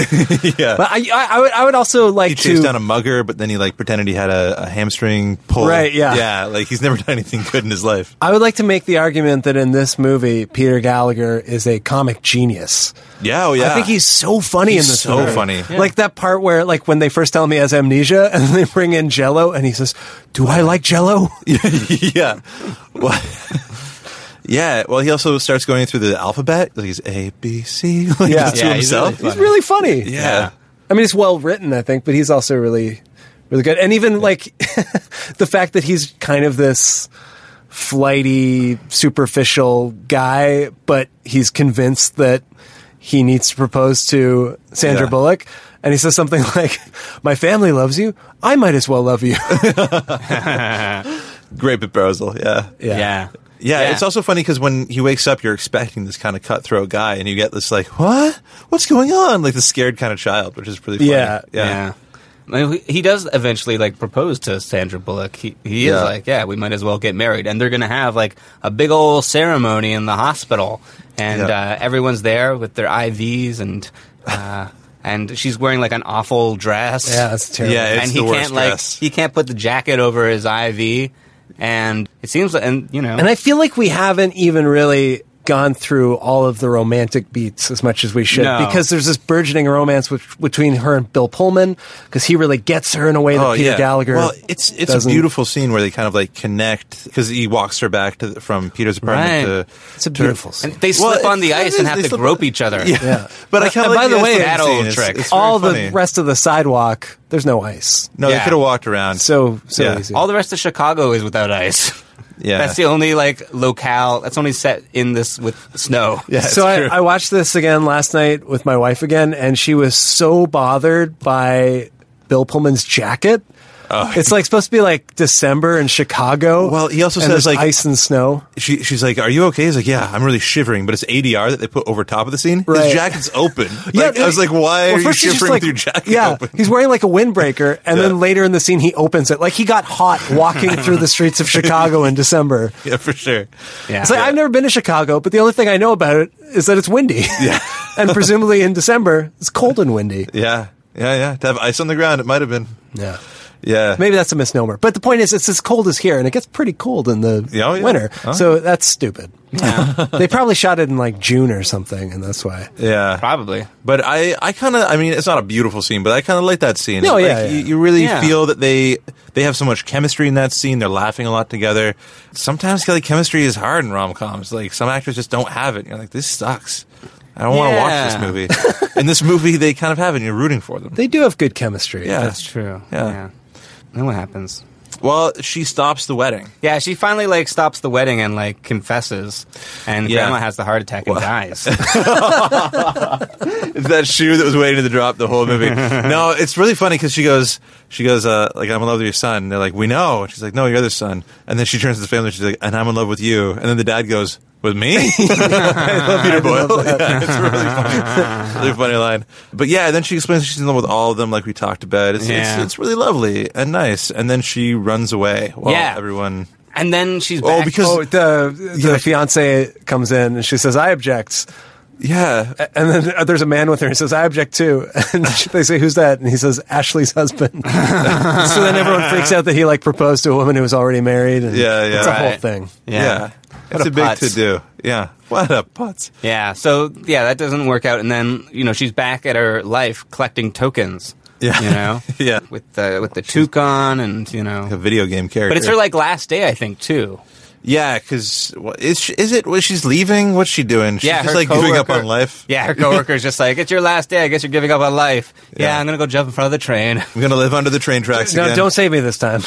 S6: (laughs) (laughs) yeah.
S7: But I, I, I would, I would also like
S6: he
S7: to
S6: chased down a mugger, but then he like pretended he had a, a hamstring pull.
S7: Right, yeah.
S6: Yeah. Like he's never (laughs) done anything good in his life.
S7: I would like to make the argument that in this movie, Peter Gallagher is a comic genius.
S6: Yeah. Oh, yeah.
S7: I think he's so funny
S6: He's
S7: in this.
S6: so
S7: movie.
S6: funny.
S7: Like that part where, like, when they first tell him he has amnesia, (laughs) and they bring in Jello, and he says, "Do I like Jello?"
S6: (laughs)
S7: (laughs)
S6: yeah. Well, (laughs) yeah. Well, he also starts going through the alphabet. Like he's A, B, C. (laughs) Like
S7: Yeah.
S6: just to
S7: Yeah, he's
S6: himself.
S7: He's really funny.
S6: yeah.
S7: I mean, it's well written, I think, but he's also really, really good. And even like (laughs) the fact that he's kind of this flighty, superficial guy, but he's convinced that he needs to propose to Sandra
S6: Yeah.
S7: Bullock. And he says something (laughs) like, My family loves you. I might as well love you.
S6: Great proposal. (laughs) Yeah.
S7: Yeah.
S4: Yeah.
S6: Yeah,
S4: Yeah.
S6: it's also funny because when he wakes up, you're expecting this kind of cutthroat guy, and you get this like, "What? What's going on?" Like the scared kind of child, which is pretty funny.
S4: Yeah, yeah. I mean, He does eventually like propose to Sandra Bullock. He, he is
S6: Yeah.
S4: like, yeah, we might as well get married, and they're gonna have like a big old ceremony in the hospital, and
S6: Yeah.
S4: uh, everyone's there with their IVs, and uh, and she's wearing like an awful dress.
S7: Yeah, that's terrible. Yeah, it's
S4: and he
S7: the worst
S4: can't like
S7: dress.
S4: he can't put the jacket over his IV, and it seems like and you know
S7: And I feel like we haven't even really gone through all of the romantic beats as much as we should
S4: No.
S7: because there's this burgeoning romance with, between her and Bill Pullman because he really gets her in a way that Peter Gallagher.
S6: Oh, Well, it's it's
S7: doesn't.
S6: a beautiful scene where they kind of like connect because he walks her back to the, from Peter's apartment
S4: Right.
S6: to.
S7: It's a
S6: to-
S7: beautiful scene.
S4: And they slip on
S6: (laughs)
S4: the ice and have to grope each other.
S6: Yeah.
S7: Yeah.
S6: But I kind
S7: And
S6: of
S7: by the way,
S4: that old trick.
S7: all
S6: very
S7: the
S6: funny.
S7: rest of the sidewalk, there's no ice.
S6: No,
S4: Yeah.
S6: they could have walked around.
S7: So so
S6: Yeah.
S7: easy.
S4: All the rest of Chicago is without ice.
S6: Yeah.
S4: (laughs) That's the only like locale that's only set in this with snow.
S7: so I, I watched this again last night with my wife again, and she was so bothered by Bill Pullman's jacket. it's like supposed to be like December in Chicago.
S6: Well, he also
S7: and
S6: says,
S7: there's
S6: like-
S7: ice and snow.
S6: She, she's like, "Are you okay?" He's like, "Yeah, I'm really shivering." But it's ADR that they put over top of the scene.
S7: Right.
S6: His jacket's
S7: (laughs)
S6: open. Like, I was like, "Why
S7: well,
S6: are you
S7: first he's just
S6: shivering
S7: like-
S6: with your jacket
S7: yeah,
S6: open?" (laughs)
S7: he's wearing like a windbreaker, and then later in the scene he opens it. Like he got hot walking through the
S6: (laughs)
S7: streets of Chicago in December.
S6: Yeah, for sure.
S4: Yeah.
S7: It's like I've never been to Chicago, but the only thing I know about it is that it's windy. Yeah, (laughs) and presumably in December it's cold and windy.
S6: Yeah, yeah, yeah. To have ice on the ground, it might have been.
S7: Yeah.
S6: Yeah.
S7: Maybe that's a misnomer. But the point is, it's as cold as here, and it gets pretty cold in the
S6: Yeah, oh, yeah.
S7: winter.
S6: Huh?
S7: So that's stupid. (laughs) they probably shot it in like June or something, and that's why.
S6: Yeah.
S4: Probably.
S6: But I, I kind of, I mean, it's not a beautiful scene, but I kind of like that scene.
S7: No,
S6: Like,
S7: yeah, yeah.
S6: You, you really
S7: Yeah.
S6: feel that they they have so much chemistry in that scene. They're laughing a lot together. Sometimes like chemistry is hard in rom coms. Like some actors just don't have it. You're like, this sucks. I don't
S4: Yeah.
S6: want to watch this movie. in this movie, they kind of have it. and You're rooting for them.
S7: They do have good chemistry.
S6: Yeah.
S4: That's true.
S6: Yeah.
S4: Then what happens?
S6: Well, she stops the wedding.
S4: Yeah, she finally like stops the wedding and like confesses, and
S6: Yeah.
S4: Grandma has the heart attack and dies. (laughs)
S6: that shoe that was waiting to drop the whole movie. No, it's really funny because she goes, she goes, uh, like I'm in love with your son. And they're like, we know. And she's like, no, your other son. And then she turns to the family. and She's like, and I'm in love with you. And then the dad goes, with me. (laughs) I love Peter Boyle. Yeah, (laughs) it's really funny, really funny line. But yeah, then she explains she's in love with all of them, like we talked about. It's,
S4: Yeah.
S6: it's, it's really lovely and nice. And then she runs away while
S4: Yeah.
S6: everyone.
S4: and then she's
S7: Oh,
S4: back.
S7: because the the fiance comes in and she says, "I object."
S6: Yeah,
S7: and then uh, there's a man with her and says, "I object too." (laughs) And they say, "Who's that?" And he says,
S6: (laughs)
S7: "Ashley's husband." so then everyone freaks out that he like proposed to a woman who was already married. And
S6: Yeah, yeah.
S7: it's a whole thing.
S6: Yeah.
S7: What
S6: It's a,
S7: a
S6: big
S7: putz.
S6: to do. Yeah. What a putz.
S4: Yeah. So yeah, that doesn't work out, and then you know she's back at her life collecting tokens.
S6: Yeah.
S4: You know.
S6: (laughs) yeah.
S4: With the with the toucan and you know
S6: a video game character.
S4: But it's her like last day, I think, too.
S6: Yeah, because is she, is it? Well, she's leaving. What's she doing? She's
S4: yeah,
S6: just
S4: her
S6: like giving up
S4: coworker-
S6: on life.
S4: Yeah, her coworker's just like, "It's your last day. I guess you're giving up on life." Yeah, I'm gonna go jump in front of the train. (laughs) I'm
S6: gonna live under the train tracks.
S7: No,
S4: again.
S7: don't save me this time.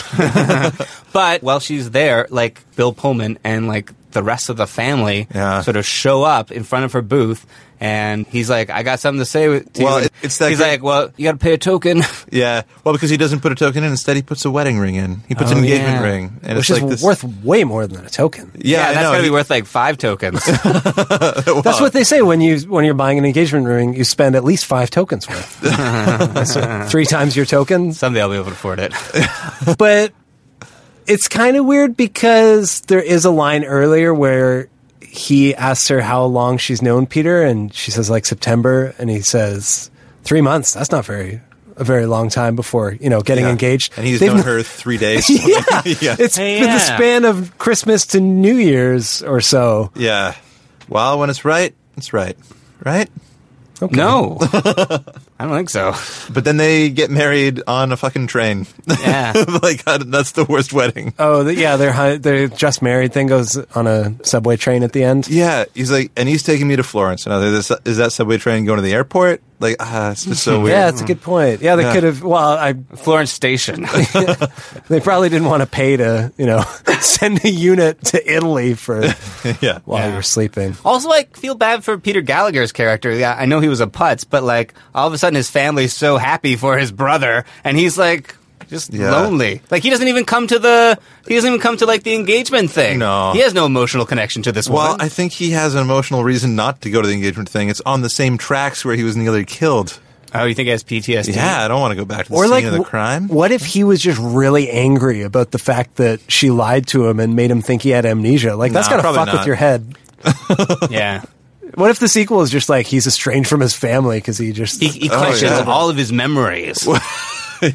S4: But while she's there, like Bill Pullman and like the rest of the family sort of show up in front of her booth, and he's like, "I got something to say with- to
S6: Well,
S4: you."
S6: it- it's that
S4: he's
S6: great-
S4: like, "Well, you got to pay a token." (laughs)
S6: Yeah. Well, because he doesn't put a token in. Instead, he puts a wedding ring in. He puts an
S4: Oh,
S6: engagement
S4: yeah.
S6: ring, and
S7: (laughs) Which
S6: it's
S7: is
S6: like this.
S7: worth way more than a token.
S6: yeah, I
S4: that's
S6: know.
S4: gonna be worth like five (laughs) tokens.
S6: Oh.
S7: That's what they say when you when you're buying an engagement ring. You spend at least five
S6: (laughs)
S7: tokens worth, So three times your token.
S4: Someday I'll be able to afford it.
S7: but it's kind of weird because there is a line earlier where he asks her how long she's known Peter, and she says like September, and he says three months. That's not very a very long time before you know getting
S6: Yeah.
S7: engaged.
S6: And he's
S7: They've
S6: known
S7: (laughs) kn-
S6: her three
S4: (laughs)
S6: days.
S7: yeah,
S6: (laughs) Yeah.
S7: it's
S6: Hey,
S7: been the
S6: yeah.
S7: span of Christmas to New Year's or so.
S6: Yeah. Well, when it's right, it's right. Right?
S4: (laughs)
S7: Okay.
S4: No. I don't think so.
S6: But then they get married on a fucking train.
S4: Yeah.
S6: (laughs) like, uh, that's the worst wedding.
S7: Oh the, yeah, their hi- their just married thing goes on a subway train at the end.
S6: Yeah. He's like, and he's taking me to Florence. And I was like, is that subway train going to the airport? Like, ah, it's just
S4: (laughs)
S6: so weird.
S7: Yeah, that's a good point. Yeah, they
S6: Yeah.
S7: could have. Well, I
S4: (laughs) Florence Station.
S7: they probably didn't want to pay to you know (laughs) send a unit to Italy for
S6: (laughs) yeah
S7: while you're sleeping.
S4: (laughs) Also, I feel bad for Peter Gallagher's character. Yeah, I know he was a putz, but like all of a sudden his family's so happy for his brother, and he's like just
S6: Yeah.
S4: lonely. Like he doesn't even come to the he doesn't even come to like the engagement thing.
S6: No.
S4: he has no emotional connection to this
S6: Well,
S4: woman.
S6: I think he has an emotional reason not to go to the engagement thing. It's on the same tracks where he was nearly killed.
S4: Oh, you think he has PTSD?
S6: Yeah, I don't want to go back to the
S7: Or
S6: scene
S7: like,
S6: of the
S7: wh-
S6: crime.
S7: what if he was just really angry about the fact that she lied to him and made him think he had amnesia? Like that's
S6: Nah,
S7: gotta
S6: probably
S7: fuck
S6: not.
S7: with your head.
S4: (laughs) yeah,
S7: What if the sequel is just like he's estranged from his family because he just
S4: he, he questions all of his memories. (laughs)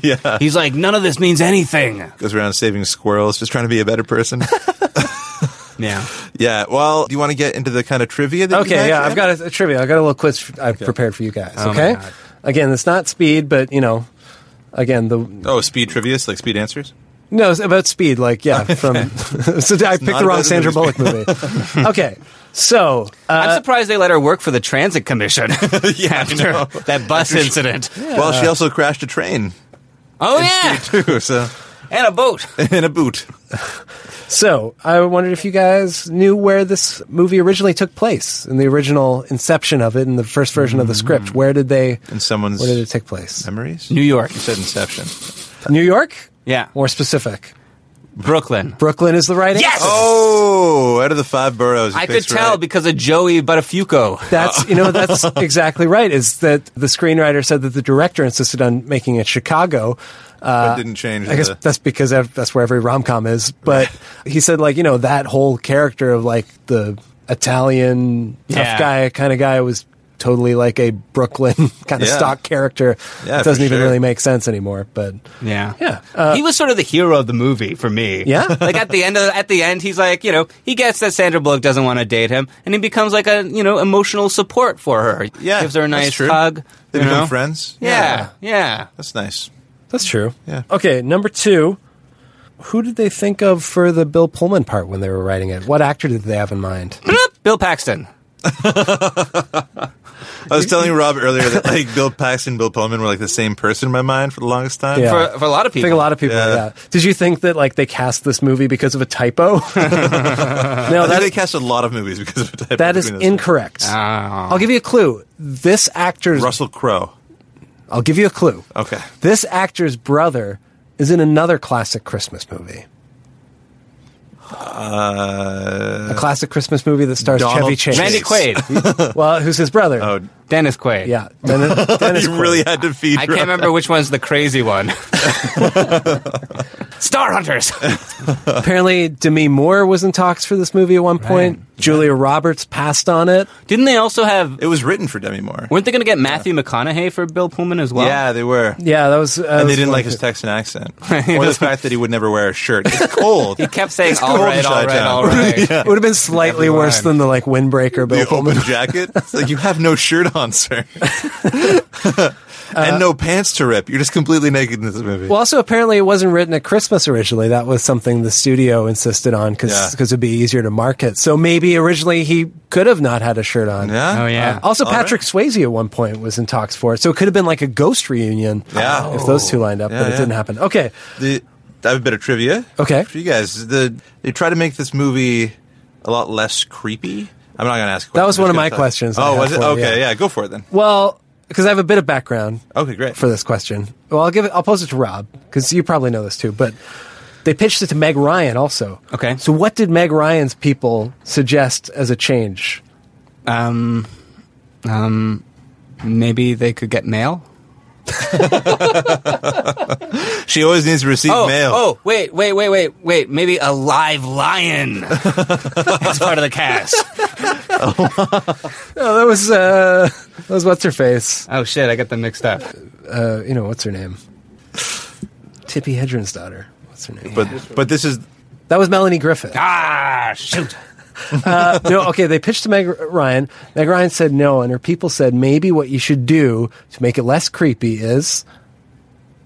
S6: yeah,
S4: he's like none of this means (laughs) anything.
S6: goes around saving squirrels, just trying to be a better
S4: (laughs)
S6: person.
S4: Yeah.
S6: yeah. Well, do you want to get into the kind of trivia? that you
S7: Okay,
S6: had,
S7: yeah,
S6: Jen?
S7: I've got a, a trivia. I've got a little quiz I've prepared for you guys.
S6: Oh my
S7: okay,
S6: God.
S7: again, it's not speed, but you know, again the
S6: Oh, speed trivia, like speed answers.
S7: No, it's about speed.
S6: (laughs)
S7: Like, yeah, from. (laughs) so I picked
S6: not
S7: the
S6: about
S7: wrong
S6: the
S7: Sandra
S6: movie.
S7: Bullock
S6: (laughs)
S7: movie. okay, so
S4: I'm
S7: uh,
S4: surprised they let her work for the transit commission (laughs) after that bus
S6: (laughs)
S4: incident.
S6: Well, she also crashed a train (laughs)
S4: oh yeah,
S6: too, so
S4: and a boat.
S6: in a boot.
S7: so I wondered if you guys knew where this movie originally took place in the original inception of it in the first version of the
S6: Mm-hmm.
S7: script. Where did they?
S6: In someone's
S7: Where did it take place?
S6: memories.
S4: New York.
S6: You said Inception.
S7: New York.
S4: Yeah,
S7: More specific,
S4: Brooklyn.
S7: Brooklyn is the right
S4: Yes!
S7: answer.
S6: Oh, out of the five boroughs, you
S4: I could
S6: picked
S4: tell
S6: right.
S4: because of Joey Buttafuoco.
S7: (laughs) That's you
S6: (laughs)
S7: know that's exactly right. Is that the screenwriter said that the director insisted on making it Chicago. Uh,
S6: But didn't change
S7: I guess
S6: the-
S7: that's because ev- that's where every rom com is. But he said like you know that whole character of like the Italian
S6: Yeah.
S7: tough guy kind of guy was totally like a Brooklyn (laughs) kind of
S6: Yeah.
S7: stock character.
S6: Yeah,
S7: it doesn't
S6: for
S7: even
S6: sure.
S7: really make sense anymore. But
S4: Yeah,
S7: yeah.
S4: he was sort of the hero of the movie for me.
S7: Yeah?
S4: (laughs) like at the end of at the end, he's like, you know, he gets that Sandra Bullock doesn't want to date him, and he becomes like a you know emotional support for her.
S6: Yeah,
S4: gives her a
S6: that's
S4: nice
S6: true.
S4: hug.
S6: They
S4: you
S6: become
S4: know?
S6: friends.
S4: Yeah, yeah.
S6: that's nice.
S7: That's true.
S6: Yeah.
S7: Okay, number two. Who did they think of for the Bill Pullman part when they were writing it? What actor did they have in mind?
S4: Bill Paxton.
S6: I was telling Rob earlier that like Bill Paxton, Bill Pullman were like the same person in my mind for the longest time.
S7: Yeah.
S4: For, for a lot of
S7: I
S4: people,
S7: think a lot of people.
S6: Yeah.
S7: Yeah. Did you think that like they cast this movie because of
S6: (laughs)
S7: a
S6: I
S7: typo? no,
S6: think they
S7: that,
S6: cast a lot of movies because of a type
S7: that is
S6: between those two.
S7: incorrect. I'll give you a clue. This actor's.
S6: Russell Crowe.
S7: I'll give you a clue.
S6: Okay.
S7: This actor's brother is in another classic Christmas movie.
S6: Uh,
S7: A classic Christmas movie that stars
S6: Donald
S7: Chevy Chase.
S4: Randy Quaid,
S7: (laughs) well, who's his brother?
S6: oh,
S4: Dennis Quaid.
S7: Yeah, Dennis,
S6: (laughs)
S7: Dennis
S6: you
S7: Quaid.
S6: really had to feed.
S4: I
S6: Rob.
S4: can't (laughs) remember which one's the crazy one. Star Hunters.
S7: Apparently, Demi Moore was in talks for this movie at one point. Julia Roberts passed on it.
S4: Didn't they also have?
S6: It was written for Demi Moore.
S4: Weren't they going to get Matthew McConaughey for Bill Pullman as well?
S6: Yeah, they were.
S7: Yeah, that was.
S6: and they didn't like his Texan
S7: (laughs)
S6: accent, or the fact that he would never wear a shirt. It's cold. he
S4: kept saying,
S6: It's
S4: "All
S6: cold
S4: right,
S6: in
S4: all right,
S6: Chi-Town."
S4: all right."
S6: (laughs) Yeah.
S7: It would have been slightly
S6: Every
S7: worse
S6: line.
S7: than the like windbreaker Bill
S6: the
S7: Pullman.
S6: open jacket. It's like you have no shirt on,
S7: (laughs)
S6: sir, (laughs) and no pants to rip. You're just completely naked in this movie.
S7: Uh, Well, also apparently it wasn't written at Christmas originally. That was something the studio insisted on because
S6: Yeah.
S7: it'd be easier to market. So maybe originally he could have not had a shirt on.
S6: Yeah? Oh, yeah.
S7: Uh, also,
S6: All
S7: Patrick Swayze at one point was in talks for it, so it could have been like a ghost reunion.
S6: Yeah.
S7: if those two lined up,
S6: Yeah,
S7: but it
S6: yeah.
S7: didn't happen. Okay,
S6: The, I have a bit of trivia.
S7: Okay.
S6: for you guys, the they try to make this movie a lot less creepy. I'm not going to ask. a
S7: That was
S6: question.
S7: one
S6: I'm
S7: of my
S6: just gonna
S7: questions I
S6: Oh,
S7: had
S6: was it?
S7: for it,
S6: Okay,
S7: yeah.
S6: yeah. go for it then.
S7: well, because I have a bit of background.
S6: Okay, great.
S7: for this question. Well, I'll give it. I'll pose it to Rob because you probably know this too. But they pitched it to Meg Ryan also. Okay. So what did Meg Ryan's people suggest as a change?
S4: Um, um, maybe they could get mail.
S6: She always needs to receive
S4: oh,
S6: mail.
S4: Oh, wait, wait, wait, wait, wait. Maybe a live
S6: (laughs)
S4: lion as part of the cast.
S7: Oh, that was uh, (laughs) that was what's her face?
S4: Oh shit, I got them mixed up.
S7: Uh, you know what's her name? Tippi Hedren's daughter. What's her name?
S6: But but this is
S7: that was Melanie Griffith.
S4: Ah, shoot.
S7: uh, no, okay. They pitched to Meg Ryan. Meg Ryan said no, and her people said maybe what you should do to make it less creepy is.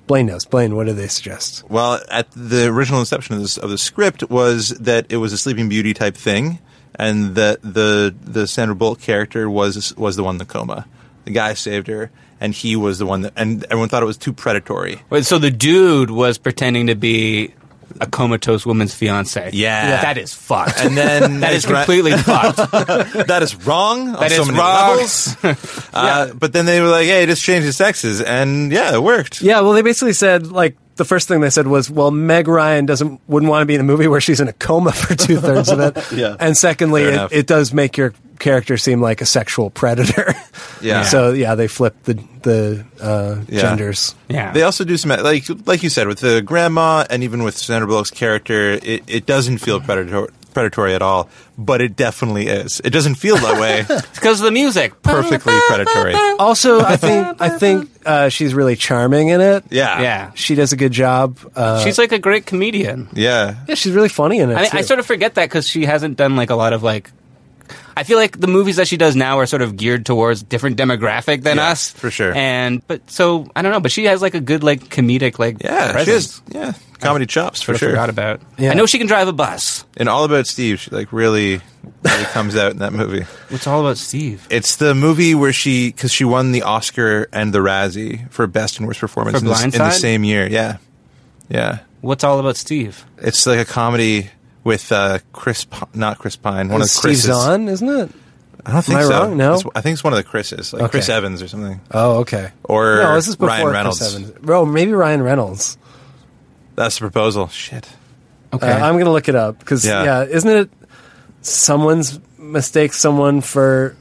S7: Blaine knows. Blaine, what do they suggest?
S6: Well, at the original inception of, this, of the script was that it was a Sleeping Beauty type thing, and that the the Sandra Bullock character was was the one in the coma. The guy saved her, and he was the one that, and everyone thought it was too predatory.
S4: Wait, so the dude was pretending to be a comatose woman's fiance.
S6: Yeah. Yeah.
S4: that is fucked.
S6: And
S7: (laughs)
S6: then
S4: that
S6: (laughs)
S4: is completely fucked.
S6: that is wrong. on
S4: That
S6: so
S4: is
S6: many
S4: wrong.
S6: levels.
S4: (laughs)
S6: uh, but then they were like, "Hey, just change the sexes," and yeah, it worked.
S7: Yeah, well, they basically said like the first thing they said was, "Well, Meg Ryan doesn't wouldn't want to be in a movie where she's in a coma for two thirds of
S6: (laughs)
S7: it."
S6: Yeah.
S7: and secondly,
S6: Fair
S7: it,
S6: enough.
S7: it does make your character seem like a sexual predator.
S6: (laughs) Yeah.
S7: So yeah, they flipped the the uh, genders.
S6: They also do some like like you said with the grandma and even with Sandra Bullock's character, it, it doesn't feel predator predatory at all, but it definitely is. It doesn't feel that
S4: (laughs)
S6: way.
S4: because of the music.
S6: Perfectly predatory.
S7: Also, I think I think uh, she's really charming in it.
S6: Yeah.
S4: Yeah.
S7: She does a good job. Uh,
S4: She's like a great comedian.
S6: Yeah.
S7: yeah, she's really funny in it.
S4: I, mean, I
S7: too.
S4: sort of forget that because she hasn't done like a lot of like. I feel like the movies that she does now are sort of geared towards different demographic than
S6: Yeah,
S4: us,
S6: for sure.
S4: And but so I don't know, but she has like a good like comedic like
S6: Yeah, she
S4: presence.
S6: has yeah comedy chops for
S4: Sort of
S6: sure.
S4: forgot about. I know she can drive a bus.
S6: And all about Steve, she like really really comes out in that movie.
S4: What's all about Steve?
S6: It's the movie where she because she won the Oscar and the Razzie for best and worst performance
S4: For
S6: in, the, in the
S4: Blindside?
S6: same year. Yeah, yeah.
S4: What's all about Steve?
S6: It's like a comedy with uh, Chris, P- not Chris Pine, one of
S7: Steve
S6: Chris's.
S7: Zahn, isn't it?
S6: I don't think
S7: Am I
S6: so.
S7: wrong? No?
S6: It's- I think it's one of the Chris's, like
S7: Okay.
S6: Chris Evans or something,
S7: Oh, okay.
S6: or
S7: no, this is before
S6: Ryan Reynolds.
S7: Chris Evans. Bro, maybe Ryan Reynolds.
S6: That's the proposal. Shit.
S4: Okay.
S7: Uh, I'm going to look it up because yeah.
S6: Yeah.
S7: isn't it someone's mistake? Someone for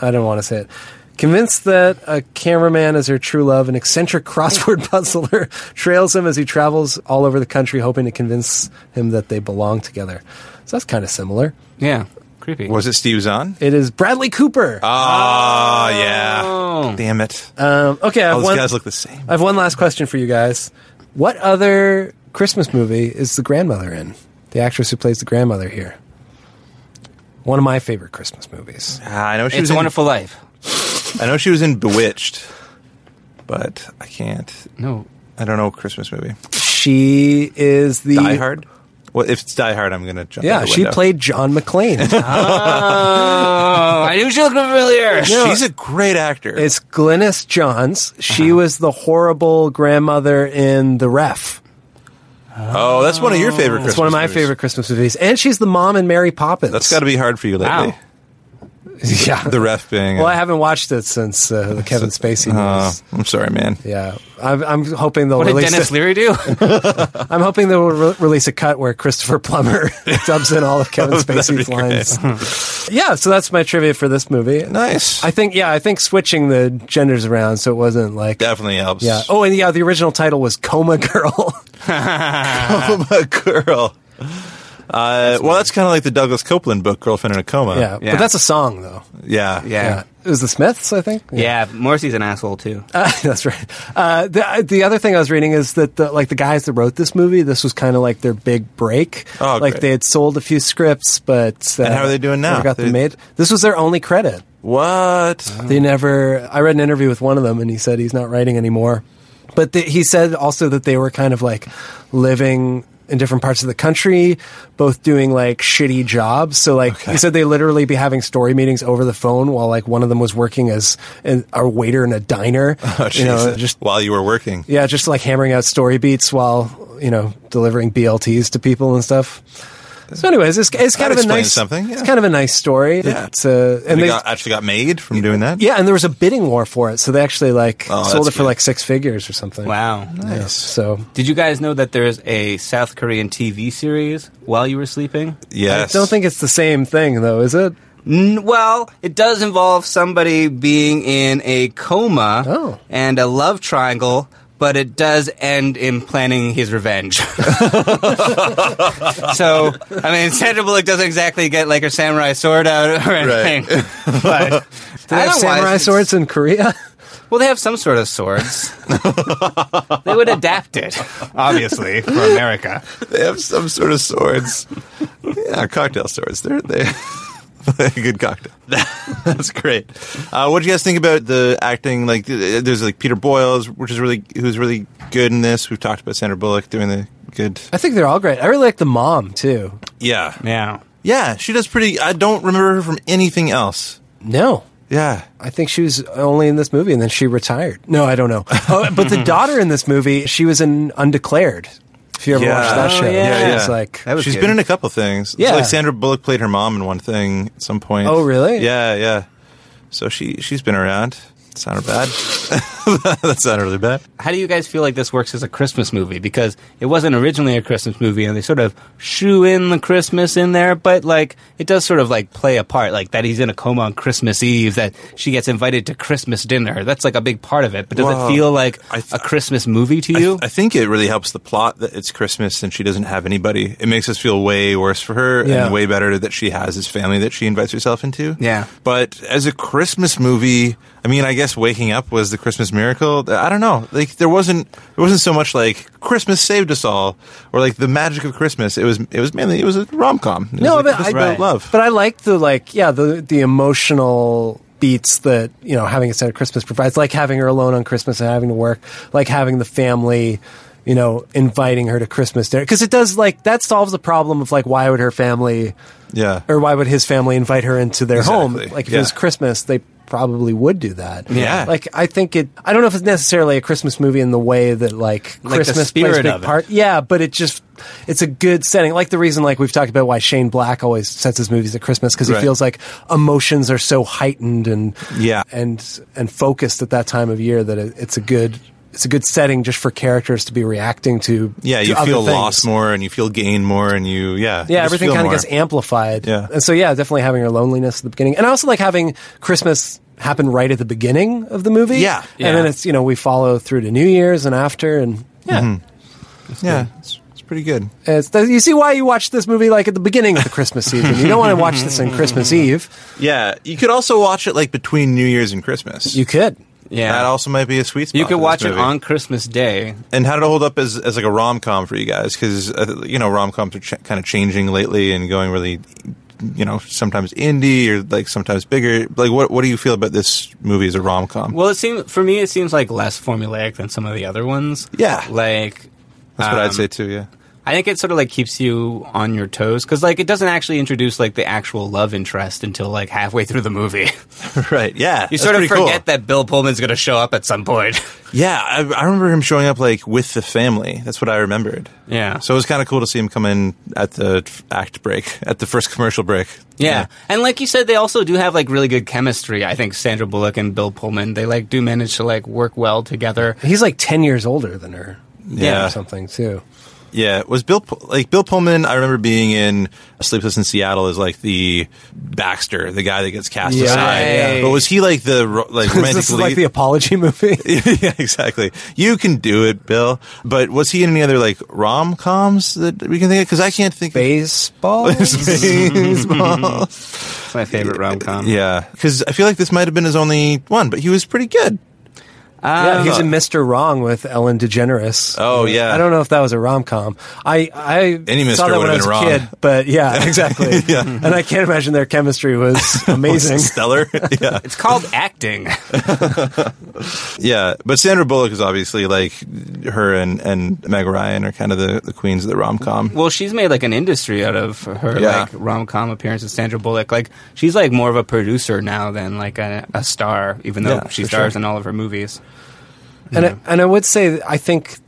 S7: I don't want to say it. Convinced that a cameraman is her true love, an eccentric (laughs) crossword puzzler trails him as he travels all over the country, hoping to convince him that they belong together. So that's kind of similar.
S4: Yeah, creepy.
S6: Was it Steve Zahn?
S7: It is Bradley Cooper.
S6: Oh, yeah. Damn it.
S7: Um, okay, I
S6: All
S7: have,
S6: these
S7: one,
S6: Oh, guys look the same.
S7: I have one last question for you guys. What other Christmas movie is the grandmother in? The actress who plays the grandmother here. One of my favorite Christmas movies.
S6: Ah, I know she
S4: It's
S6: was
S4: a
S6: in-
S4: Wonderful Life.
S6: I know she was in Bewitched, but I can't.
S4: No.
S6: I don't know Christmas movie.
S7: She is the
S6: Die Hard. Well, if it's Die Hard, I'm gonna jump. out
S7: Yeah,
S6: the
S7: she
S6: window.
S7: played John
S6: (laughs)
S7: McClane.
S4: Oh, I knew she looked familiar.
S6: She's a great actor.
S7: it's Glynis Johns.
S6: Uh-huh.
S7: She was the horrible grandmother in The Ref.
S6: oh, that's one of your favorite. Christmas
S7: It's one of my
S6: movies.
S7: favorite Christmas movies, and she's the mom in Mary Poppins.
S6: That's got to be hard for you lately.
S4: Wow.
S7: (laughs) Yeah,
S6: the ref being. Uh-huh.
S7: Well, I haven't watched it since uh, the Kevin Spacey news.
S6: I'm sorry, man.
S7: Yeah, I'm, I'm hoping they'll
S4: What did
S7: release.
S4: Dennis
S7: it.
S6: (laughs)
S4: Leary do?
S7: I'm hoping they'll re- release a cut where
S6: (laughs)
S7: Christopher Plummer dubs in all of Kevin
S6: That'd be
S7: Spacey's
S6: great.
S7: lines. yeah, so that's my trivia for this movie.
S6: Nice.
S7: I think yeah, I think switching the genders around so it wasn't like
S6: definitely helps. (laughs)
S7: Yeah. Oh, and yeah, the original title was Coma Girl.
S6: Coma Girl. Uh, well, that's kind of like the Douglas Copeland book, Girlfriend in a Coma.
S7: (laughs) yeah. but that's a song though.
S6: Yeah.
S4: Yeah.
S7: It was the Smiths, I think.
S4: Yeah, Morrissey's an asshole too.
S7: Uh, (laughs) that's right. Uh, the the other thing I was reading is that the, like the guys that wrote this movie, this was kind of like their big break.
S6: Oh,
S7: like
S6: great.
S7: they had sold a few scripts, but uh,
S6: And how are they doing now?
S7: never Got
S6: They-
S7: them made. This was their only credit.
S6: What?
S7: They never. I read an interview with one of them, and he said he's not writing anymore. But th he said also that they were kind of like living in different parts of the country, both doing like shitty jobs. So like he said, they literally be having story meetings over the phone while like one of them was working as an, a waiter in a diner.
S6: (laughs) Oh,
S7: you know,
S6: Jesus. while you were working.
S7: yeah, just like hammering out story beats while you know delivering BLTs to people and stuff. So, anyways, it's,
S6: That
S7: it's kind of a
S6: explains
S7: nice
S6: something, yeah.
S7: It's kind of a nice story.
S6: Yeah.
S7: It's, uh,
S6: And
S7: and
S6: they
S7: they,
S6: got, actually got made from doing that.
S7: yeah, and there was a bidding war for it, so they actually like
S6: Oh,
S7: sold it
S6: that's
S7: for like six figures or something.
S4: Wow.
S7: Yeah, so
S4: Did you guys know that there's a South Korean TV series while you were sleeping?
S6: Yes.
S7: I don't think it's the same thing though, is it?
S4: N- Well, it does involve somebody being in a coma
S7: Oh.
S4: and a love triangle, but it does end in planning his revenge. (laughs) so, I mean, Sandra Bullock doesn't exactly get like her samurai sword out or anything.
S7: (laughs)
S4: But
S7: Do they have
S4: otherwise,
S7: samurai
S4: it's-
S7: swords in Korea? (laughs)
S4: Well, they have some sort
S6: (laughs)
S4: of swords. they would adapt it, obviously, for America.
S6: They have some sort of swords. yeah, cocktail swords. They're they (laughs) a good cocktail. (laughs) That's great. Uh, what do you guys think about the acting? Like, th- there's like Peter Boyle's, which is really who's really good in this. We've talked about Sandra Bullock doing the good.
S7: I think they're all great. I really like the mom too.
S6: Yeah,
S4: yeah,
S6: yeah. She does pretty. I don't remember her from anything else.
S7: No.
S6: Yeah.
S7: I think she was only in this movie and then she retired. No, I don't know. Oh, but the daughter in this movie, she was in Undeclared. If you ever watched that show, she was like
S6: Oh, she's
S7: she's
S6: been in a couple things.
S7: Yeah.
S6: like Sandra Bullock played her mom in one thing at some point.
S7: Oh, really?
S6: Yeah, yeah. So she she's been around. It's not her bad. (laughs) That's not really bad.
S4: How do you guys feel like this works as a Christmas movie? Because it wasn't originally a Christmas movie, and they sort of shoe in the Christmas in there, but like it does sort of like play a part, like that he's in a coma on Christmas Eve, that she gets invited to Christmas dinner. That's like a big part of it. But does
S6: Wow.
S4: it feel like a Christmas movie to you?
S6: I think it really helps the plot that it's Christmas and she doesn't have anybody. It makes us feel way worse for her
S4: Yeah.
S6: and way better that she has this family that she invites herself into.
S4: Yeah.
S6: But as a Christmas movie, I mean, I guess Waking Up was the Christmas miracle. I don't know. Like there wasn't there wasn't so much like Christmas saved us all or like the magic of Christmas. It was it was mainly it was a rom com.
S7: No,
S6: like,
S7: but
S6: just
S7: I
S6: about
S7: right.
S6: love.
S7: But I like the like yeah the the emotional beats that you know having a set at Christmas provides, like having her alone on Christmas and having to work, like having the family. You know, inviting her to Christmas dinner because it does like that solves the problem of like why would her family,
S6: Yeah.
S7: or why would his family invite her into their home?
S6: Exactly.
S7: Like if
S6: Yeah.
S7: it was Christmas, they probably would do that.
S6: Yeah.
S7: like I think it. I don't know if it's necessarily a Christmas movie in the way that like
S4: Like the
S7: Christmas plays a
S4: spirit of
S7: big
S4: it.
S7: part part. Yeah, but it just it's a good setting. Like the reason like we've talked about why Shane Black always sets his movies at Christmas because he
S6: Right.
S7: feels like emotions are so heightened and
S6: Yeah.
S7: and and focused at that time of year that it, it's a good it's a good setting just for characters to be reacting to.
S6: Yeah,
S7: to
S6: you
S7: other
S6: feel
S7: things.
S6: lost more and you feel gain more and you yeah. you
S7: Yeah,
S6: just
S7: everything
S6: feel
S7: kind of
S6: more.
S7: gets amplified.
S6: Yeah.
S7: And so, yeah, definitely having your loneliness at the beginning. And I also like having Christmas happen right at the beginning of the movie.
S6: Yeah. Yeah.
S7: And then it's, you know, we follow through to New Year's and after. And yeah.
S6: Mm-hmm. Yeah. It's, it's pretty good.
S7: It's you see why you watch this movie like at the beginning of the Christmas season. You don't want to watch this on Christmas Eve.
S6: Yeah, you could also watch it like between New Year's and Christmas.
S7: You could.
S4: yeah.
S6: That also might be a sweet spot.
S4: you
S6: for
S4: could
S6: this
S4: watch it
S6: movie.
S4: on Christmas Day.
S6: And how did it hold up as, as like a rom com for you guys? Because uh, you know rom coms are ch- kind of changing lately and going really, you know, sometimes indie or like sometimes bigger. Like, what what do you feel about this movie as a rom com?
S4: Well, it seems for me, it seems like less formulaic than some of the other ones.
S6: Yeah.
S4: like
S6: That's what I'd
S4: um, (laughs)
S6: say too. Yeah,
S4: I think it sort of like keeps you on your toes because like it doesn't actually introduce like the actual love interest until like halfway through the movie. (laughs)
S6: right. Yeah.
S4: You
S6: that's
S4: sort of
S6: pretty cool.
S4: forget that Bill Pullman's going to show up at some point. (laughs)
S6: Yeah, I, I remember him showing up like with the family. That's what I remembered.
S4: Yeah.
S6: So it was kind of cool to see him come in at the f- act break, at the first commercial break.
S4: Yeah. And like you said, they also do have like really good chemistry. I think Sandra Bullock and Bill Pullman, they like do manage to like work well together.
S7: He's like 10 years older than her.
S6: Yeah.
S7: Or something, too.
S6: Yeah, was Bill Pu- like Bill Pullman? I remember being in Sleepless in Seattle as like the Baxter, the guy that gets cast
S7: Yeah.
S6: aside.
S7: Right.
S6: But was he like the ro- like romantic
S7: (laughs) this is
S6: lead?
S7: like the apology movie.
S6: (laughs) yeah, exactly. You can do it, Bill. But was he in any other like rom coms that we can think of? Because I can't think.
S7: Baseball.
S6: (laughs)
S7: (laughs)
S6: Baseball.
S4: It's my favorite rom com.
S6: yeah, because I feel like this might have been his only one, but he was pretty good.
S7: yeah, he's in Mr. Wrong with Ellen DeGeneres.
S6: Ah. Oh, yeah.
S7: I don't know if that was a rom com. I I
S6: Any
S7: saw
S6: Mr. would
S7: that when I
S6: have been
S7: was a
S6: wrong.
S7: kid,
S6: (laughs)
S7: but yeah, exactly.
S6: Yeah.
S7: And I can't imagine their
S6: (laughs)
S7: chemistry was amazing.
S6: stellar.
S7: (laughs)
S6: yeah.
S4: It's called acting. (laughs)
S6: Yeah, but Sandra Bullock is obviously like her and and Meg Ryan are kind of the, the queens of the rom com.
S4: Well, she's made like an industry out of her
S6: Yeah.
S4: like rom com appearances. Sandra Bullock, like she's like more of a producer now than like a, a star, even though
S7: Yeah,
S4: she
S7: for
S4: stars
S7: sure.
S4: in all of her movies.
S7: And I, and I would say that I think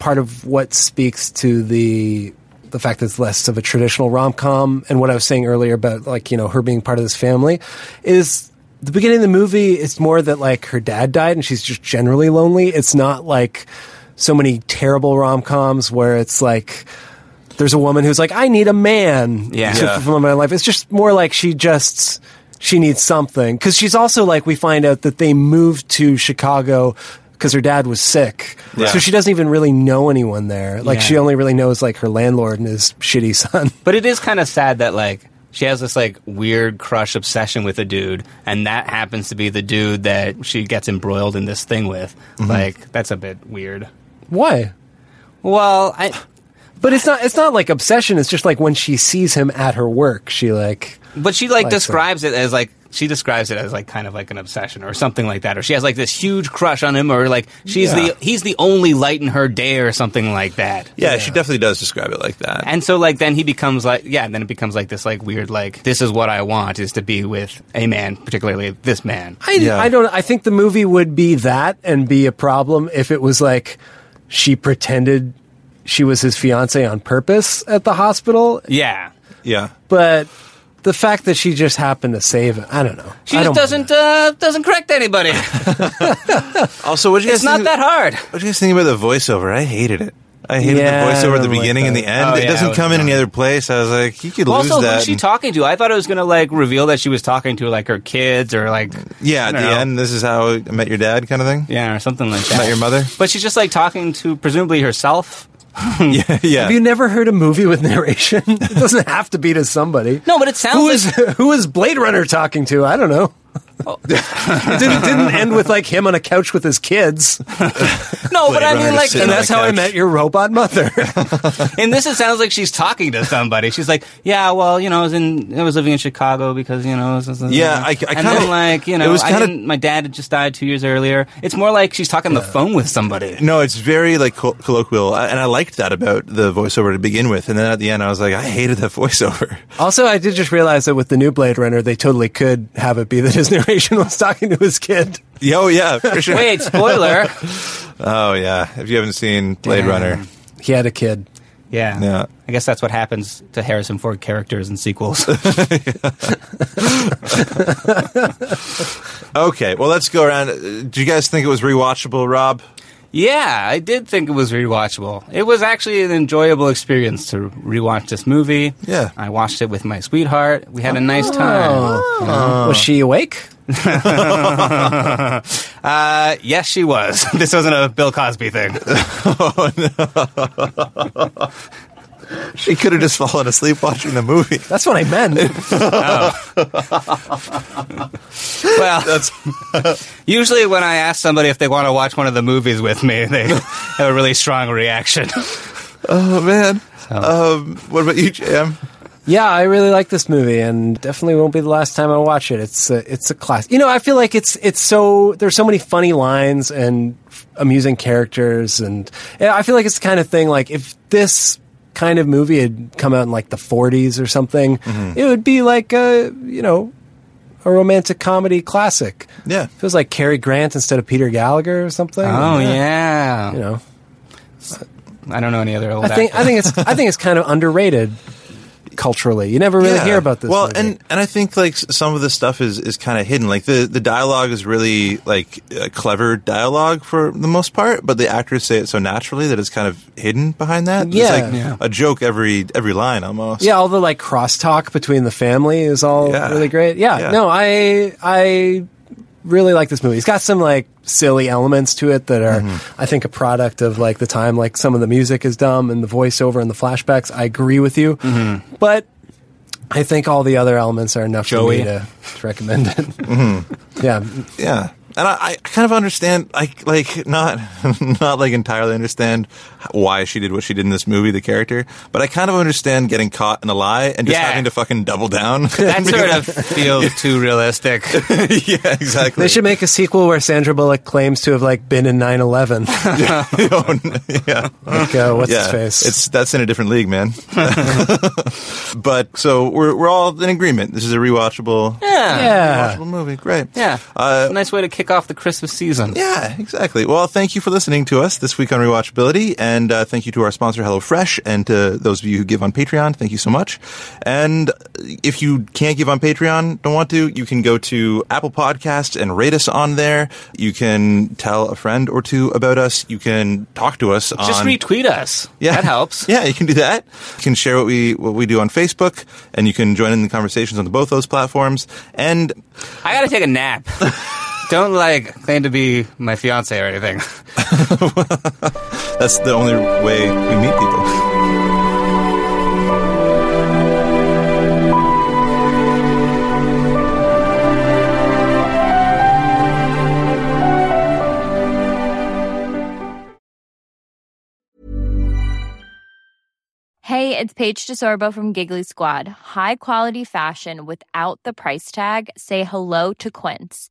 S7: part of what speaks to the the fact that it's less of a traditional rom com and what I was saying earlier about like you know her being part of this family is the beginning of the movie. It's more that like her dad died and she's just generally lonely. It's not like so many terrible rom coms where it's like. There's a woman who's like, I need a man
S4: Yeah.
S7: to
S4: Yeah.
S7: fulfill my life. It's just more like she just she needs something because she's also like we find out that they moved to Chicago because her dad was sick,
S4: Yeah.
S7: so she doesn't even really know anyone there. Like
S4: Yeah.
S7: she only really knows like her landlord and his shitty son. (laughs)
S4: But it is kind of sad that like she has this like weird crush obsession with a dude, and that happens to be the dude that she gets embroiled in this thing with.
S7: Mhm.
S4: Like that's a bit weird.
S7: Why?
S4: Well, I.
S7: But it's not. It's not like obsession. It's just like when she sees him at her work, she like.
S4: But she like
S7: Like that.
S4: describes it as like she describes it as like kind of like an obsession or something like that, or she has like this huge crush on him, or like she's
S6: Yeah.
S4: the he's the only light in her day or something like that.
S6: Yeah, she definitely does describe it like that.
S4: And so like then he becomes like yeah, and then it becomes like this like weird like this is what I want is to be with a man, particularly this man.
S7: I, I don't. I think the movie would be that and be a problem if it was like she pretended she was his fiance on purpose at the hospital
S4: Yeah.
S6: Yeah.
S7: but the fact that she just happened to save him, I don't know.
S4: She
S7: I
S4: just
S7: don't
S4: doesn't uh, doesn't correct
S6: (laughs)
S4: anybody.
S6: Also, what you guys
S4: It's not
S6: think-
S4: that hard.
S6: What do you guys think about the voiceover? I hated it. I hated
S7: Yeah, I
S6: the voiceover at the
S7: don't like
S6: beginning and
S7: that.
S6: the end.
S4: Oh,
S6: it
S4: yeah,
S6: doesn't
S4: it
S6: come in any other place. I was like, you could
S4: Well,
S6: lose
S4: also,
S6: that.
S4: who's she
S6: and-
S4: talking to? I thought it was going to like reveal that she was talking to like her kids or like
S6: yeah,
S4: I
S6: at the
S4: don't know.
S6: end, this is how I met your dad, kind of thing.
S4: Yeah, or something like that.
S6: Met your mother.
S4: But she's just like talking to presumably herself. Hmm.
S6: yeah, yeah.
S7: Have you never heard a movie with narration? (laughs) it doesn't have to be to somebody.
S4: No, but it sounds
S7: Who is who is Blade Runner talking to? I don't know.
S4: Oh.
S7: it (laughs) didn't, didn't end with like him on a couch with his kids.
S4: (laughs) No, but I mean, like,
S7: and that's how I met your robot mother.
S4: in this, it sounds like she's talking to somebody. She's like, "Yeah, well, you know, I was in, I was living in Chicago because you know, it was- it was-
S6: Yeah, I- I
S4: and
S6: kinda-
S4: then, like, you
S6: it
S4: know,
S6: was
S4: I
S6: kinda-
S4: didn't- my dad had just died two years earlier. It's more like she's talking on the phone with somebody.
S6: No, it's very like col- colloquial, I- and I liked that about the voiceover to begin with. And then at the end, I was like, I hated that (laughs)
S4: (laughs)
S6: voiceover.
S7: also, I did just realize that with the new Blade Runner, they totally could have it be that his (laughs) narration was talking to his kid.
S4: Oh,
S6: Yo, yeah, for (laughs) sure.
S4: Wait, spoiler.
S6: (laughs) oh yeah, if you haven't seen Blade
S4: Damn.
S6: Runner,
S7: He had a kid.
S4: Yeah.
S6: Yeah.
S4: I guess that's what happens to Harrison Ford characters in sequels. (laughs)
S6: Okay, well, let's go around. Uh, Do you guys think it was rewatchable, Rob?
S4: yeah, I did think it was rewatchable. It was actually an enjoyable experience to rewatch this movie.
S6: Yeah.
S4: I watched it with my sweetheart. We had a nice time.
S6: Oh.
S7: Was she awake?
S4: (laughs) uh, yes, she was. (laughs) This wasn't a Bill
S6: (laughs)
S4: Cosby thing.
S6: She could have just fallen asleep watching the movie.
S7: That's what I meant. (laughs)
S4: Well, (laughs) usually when I ask somebody if they want to watch one of the movies with me, they (laughs) have a really
S6: (laughs)
S4: strong reaction.
S6: (laughs)
S4: (laughs)
S6: Oh man. Um, what about you, Jam?
S7: Yeah, I really like this movie, and definitely won't be the last time I watch it. It's a, it's a class. You know, I feel like it's it's so there's so many funny lines and f- amusing characters, and yeah, I feel like it's the kind of thing like if this kind of movie had come out in like the 40s or something,
S6: Mhm.
S7: it would be like a you know a romantic comedy classic.
S6: Yeah,
S7: If it was like Cary Grant instead of Peter Gallagher or something.
S4: Oh yeah.
S7: you know.
S4: I don't know any other old.
S7: I think I think it's I think it's kind of underrated culturally. You never really
S6: Yeah.
S7: hear about this.
S6: Well,
S7: movie.
S6: and and I think like s- some of the stuff is is kind of hidden. Like the the dialogue is really like uh, clever dialogue for the most part, but the actors say it so naturally that it's kind of hidden behind that.
S7: Yeah.
S6: it's like
S7: Yeah.
S6: a joke every every line almost.
S7: yeah, all the like crosstalk between the family is all
S6: Yeah.
S7: really great. Yeah,
S6: Yeah.
S7: no, I I really like this movie. It's got some like silly elements to it that are
S6: Mm-hmm.
S7: I think a product of like the time. Like some of the music is dumb and the voiceover and the flashbacks. I agree with you,
S6: Mm-hmm.
S7: but I think all the other elements are enough
S6: Joey. Mm-hmm.
S7: for me to, to recommend it. (laughs) yeah,
S6: yeah. And I, I kind of understand, like, like not, (laughs) not like entirely understand why she did what she did in this movie, the character. But I kind of understand getting caught in a lie and just
S4: Yeah.
S6: having to fucking double down.
S4: (laughs)
S6: (laughs)
S4: That sort of feels too realistic.
S6: yeah, exactly.
S7: They should make a sequel where Sandra Bullock claims to have like been in 9-11.
S6: yeah.
S7: (laughs) Like, uh, what's his face?
S6: It's that's in a different league,
S4: (laughs)
S6: man. but so we're we're all in agreement. This is a rewatchable.
S4: Yeah.
S6: Yeah. Rewatchable movie. Great.
S4: Yeah.
S6: Uh,
S4: nice way to kick off the Christmas season.
S6: Yeah, exactly. Well, thank you for listening to us this week on Rewatchability, and uh, thank you to our sponsor HelloFresh, and to those of you who give on Patreon, thank you so much. And if you can't give on Patreon, don't want to, you can go to Apple Podcasts and rate us on there. You can tell a friend or two about us. You can talk to us.
S4: Just
S6: on-
S4: retweet us.
S6: (laughs) yeah.
S4: That helps.
S6: (laughs) Yeah, you can do that. You can share what we what we do on Facebook, and you can join in the conversations on both those platforms. And
S4: I gotta take a
S6: (laughs)
S4: nap. Don't like claim to be my fiance or anything.
S6: that's the only way we meet people.
S13: Hey, it's Paige DeSorbo from Giggly Squad. High quality fashion without the price tag. Say hello to Quince.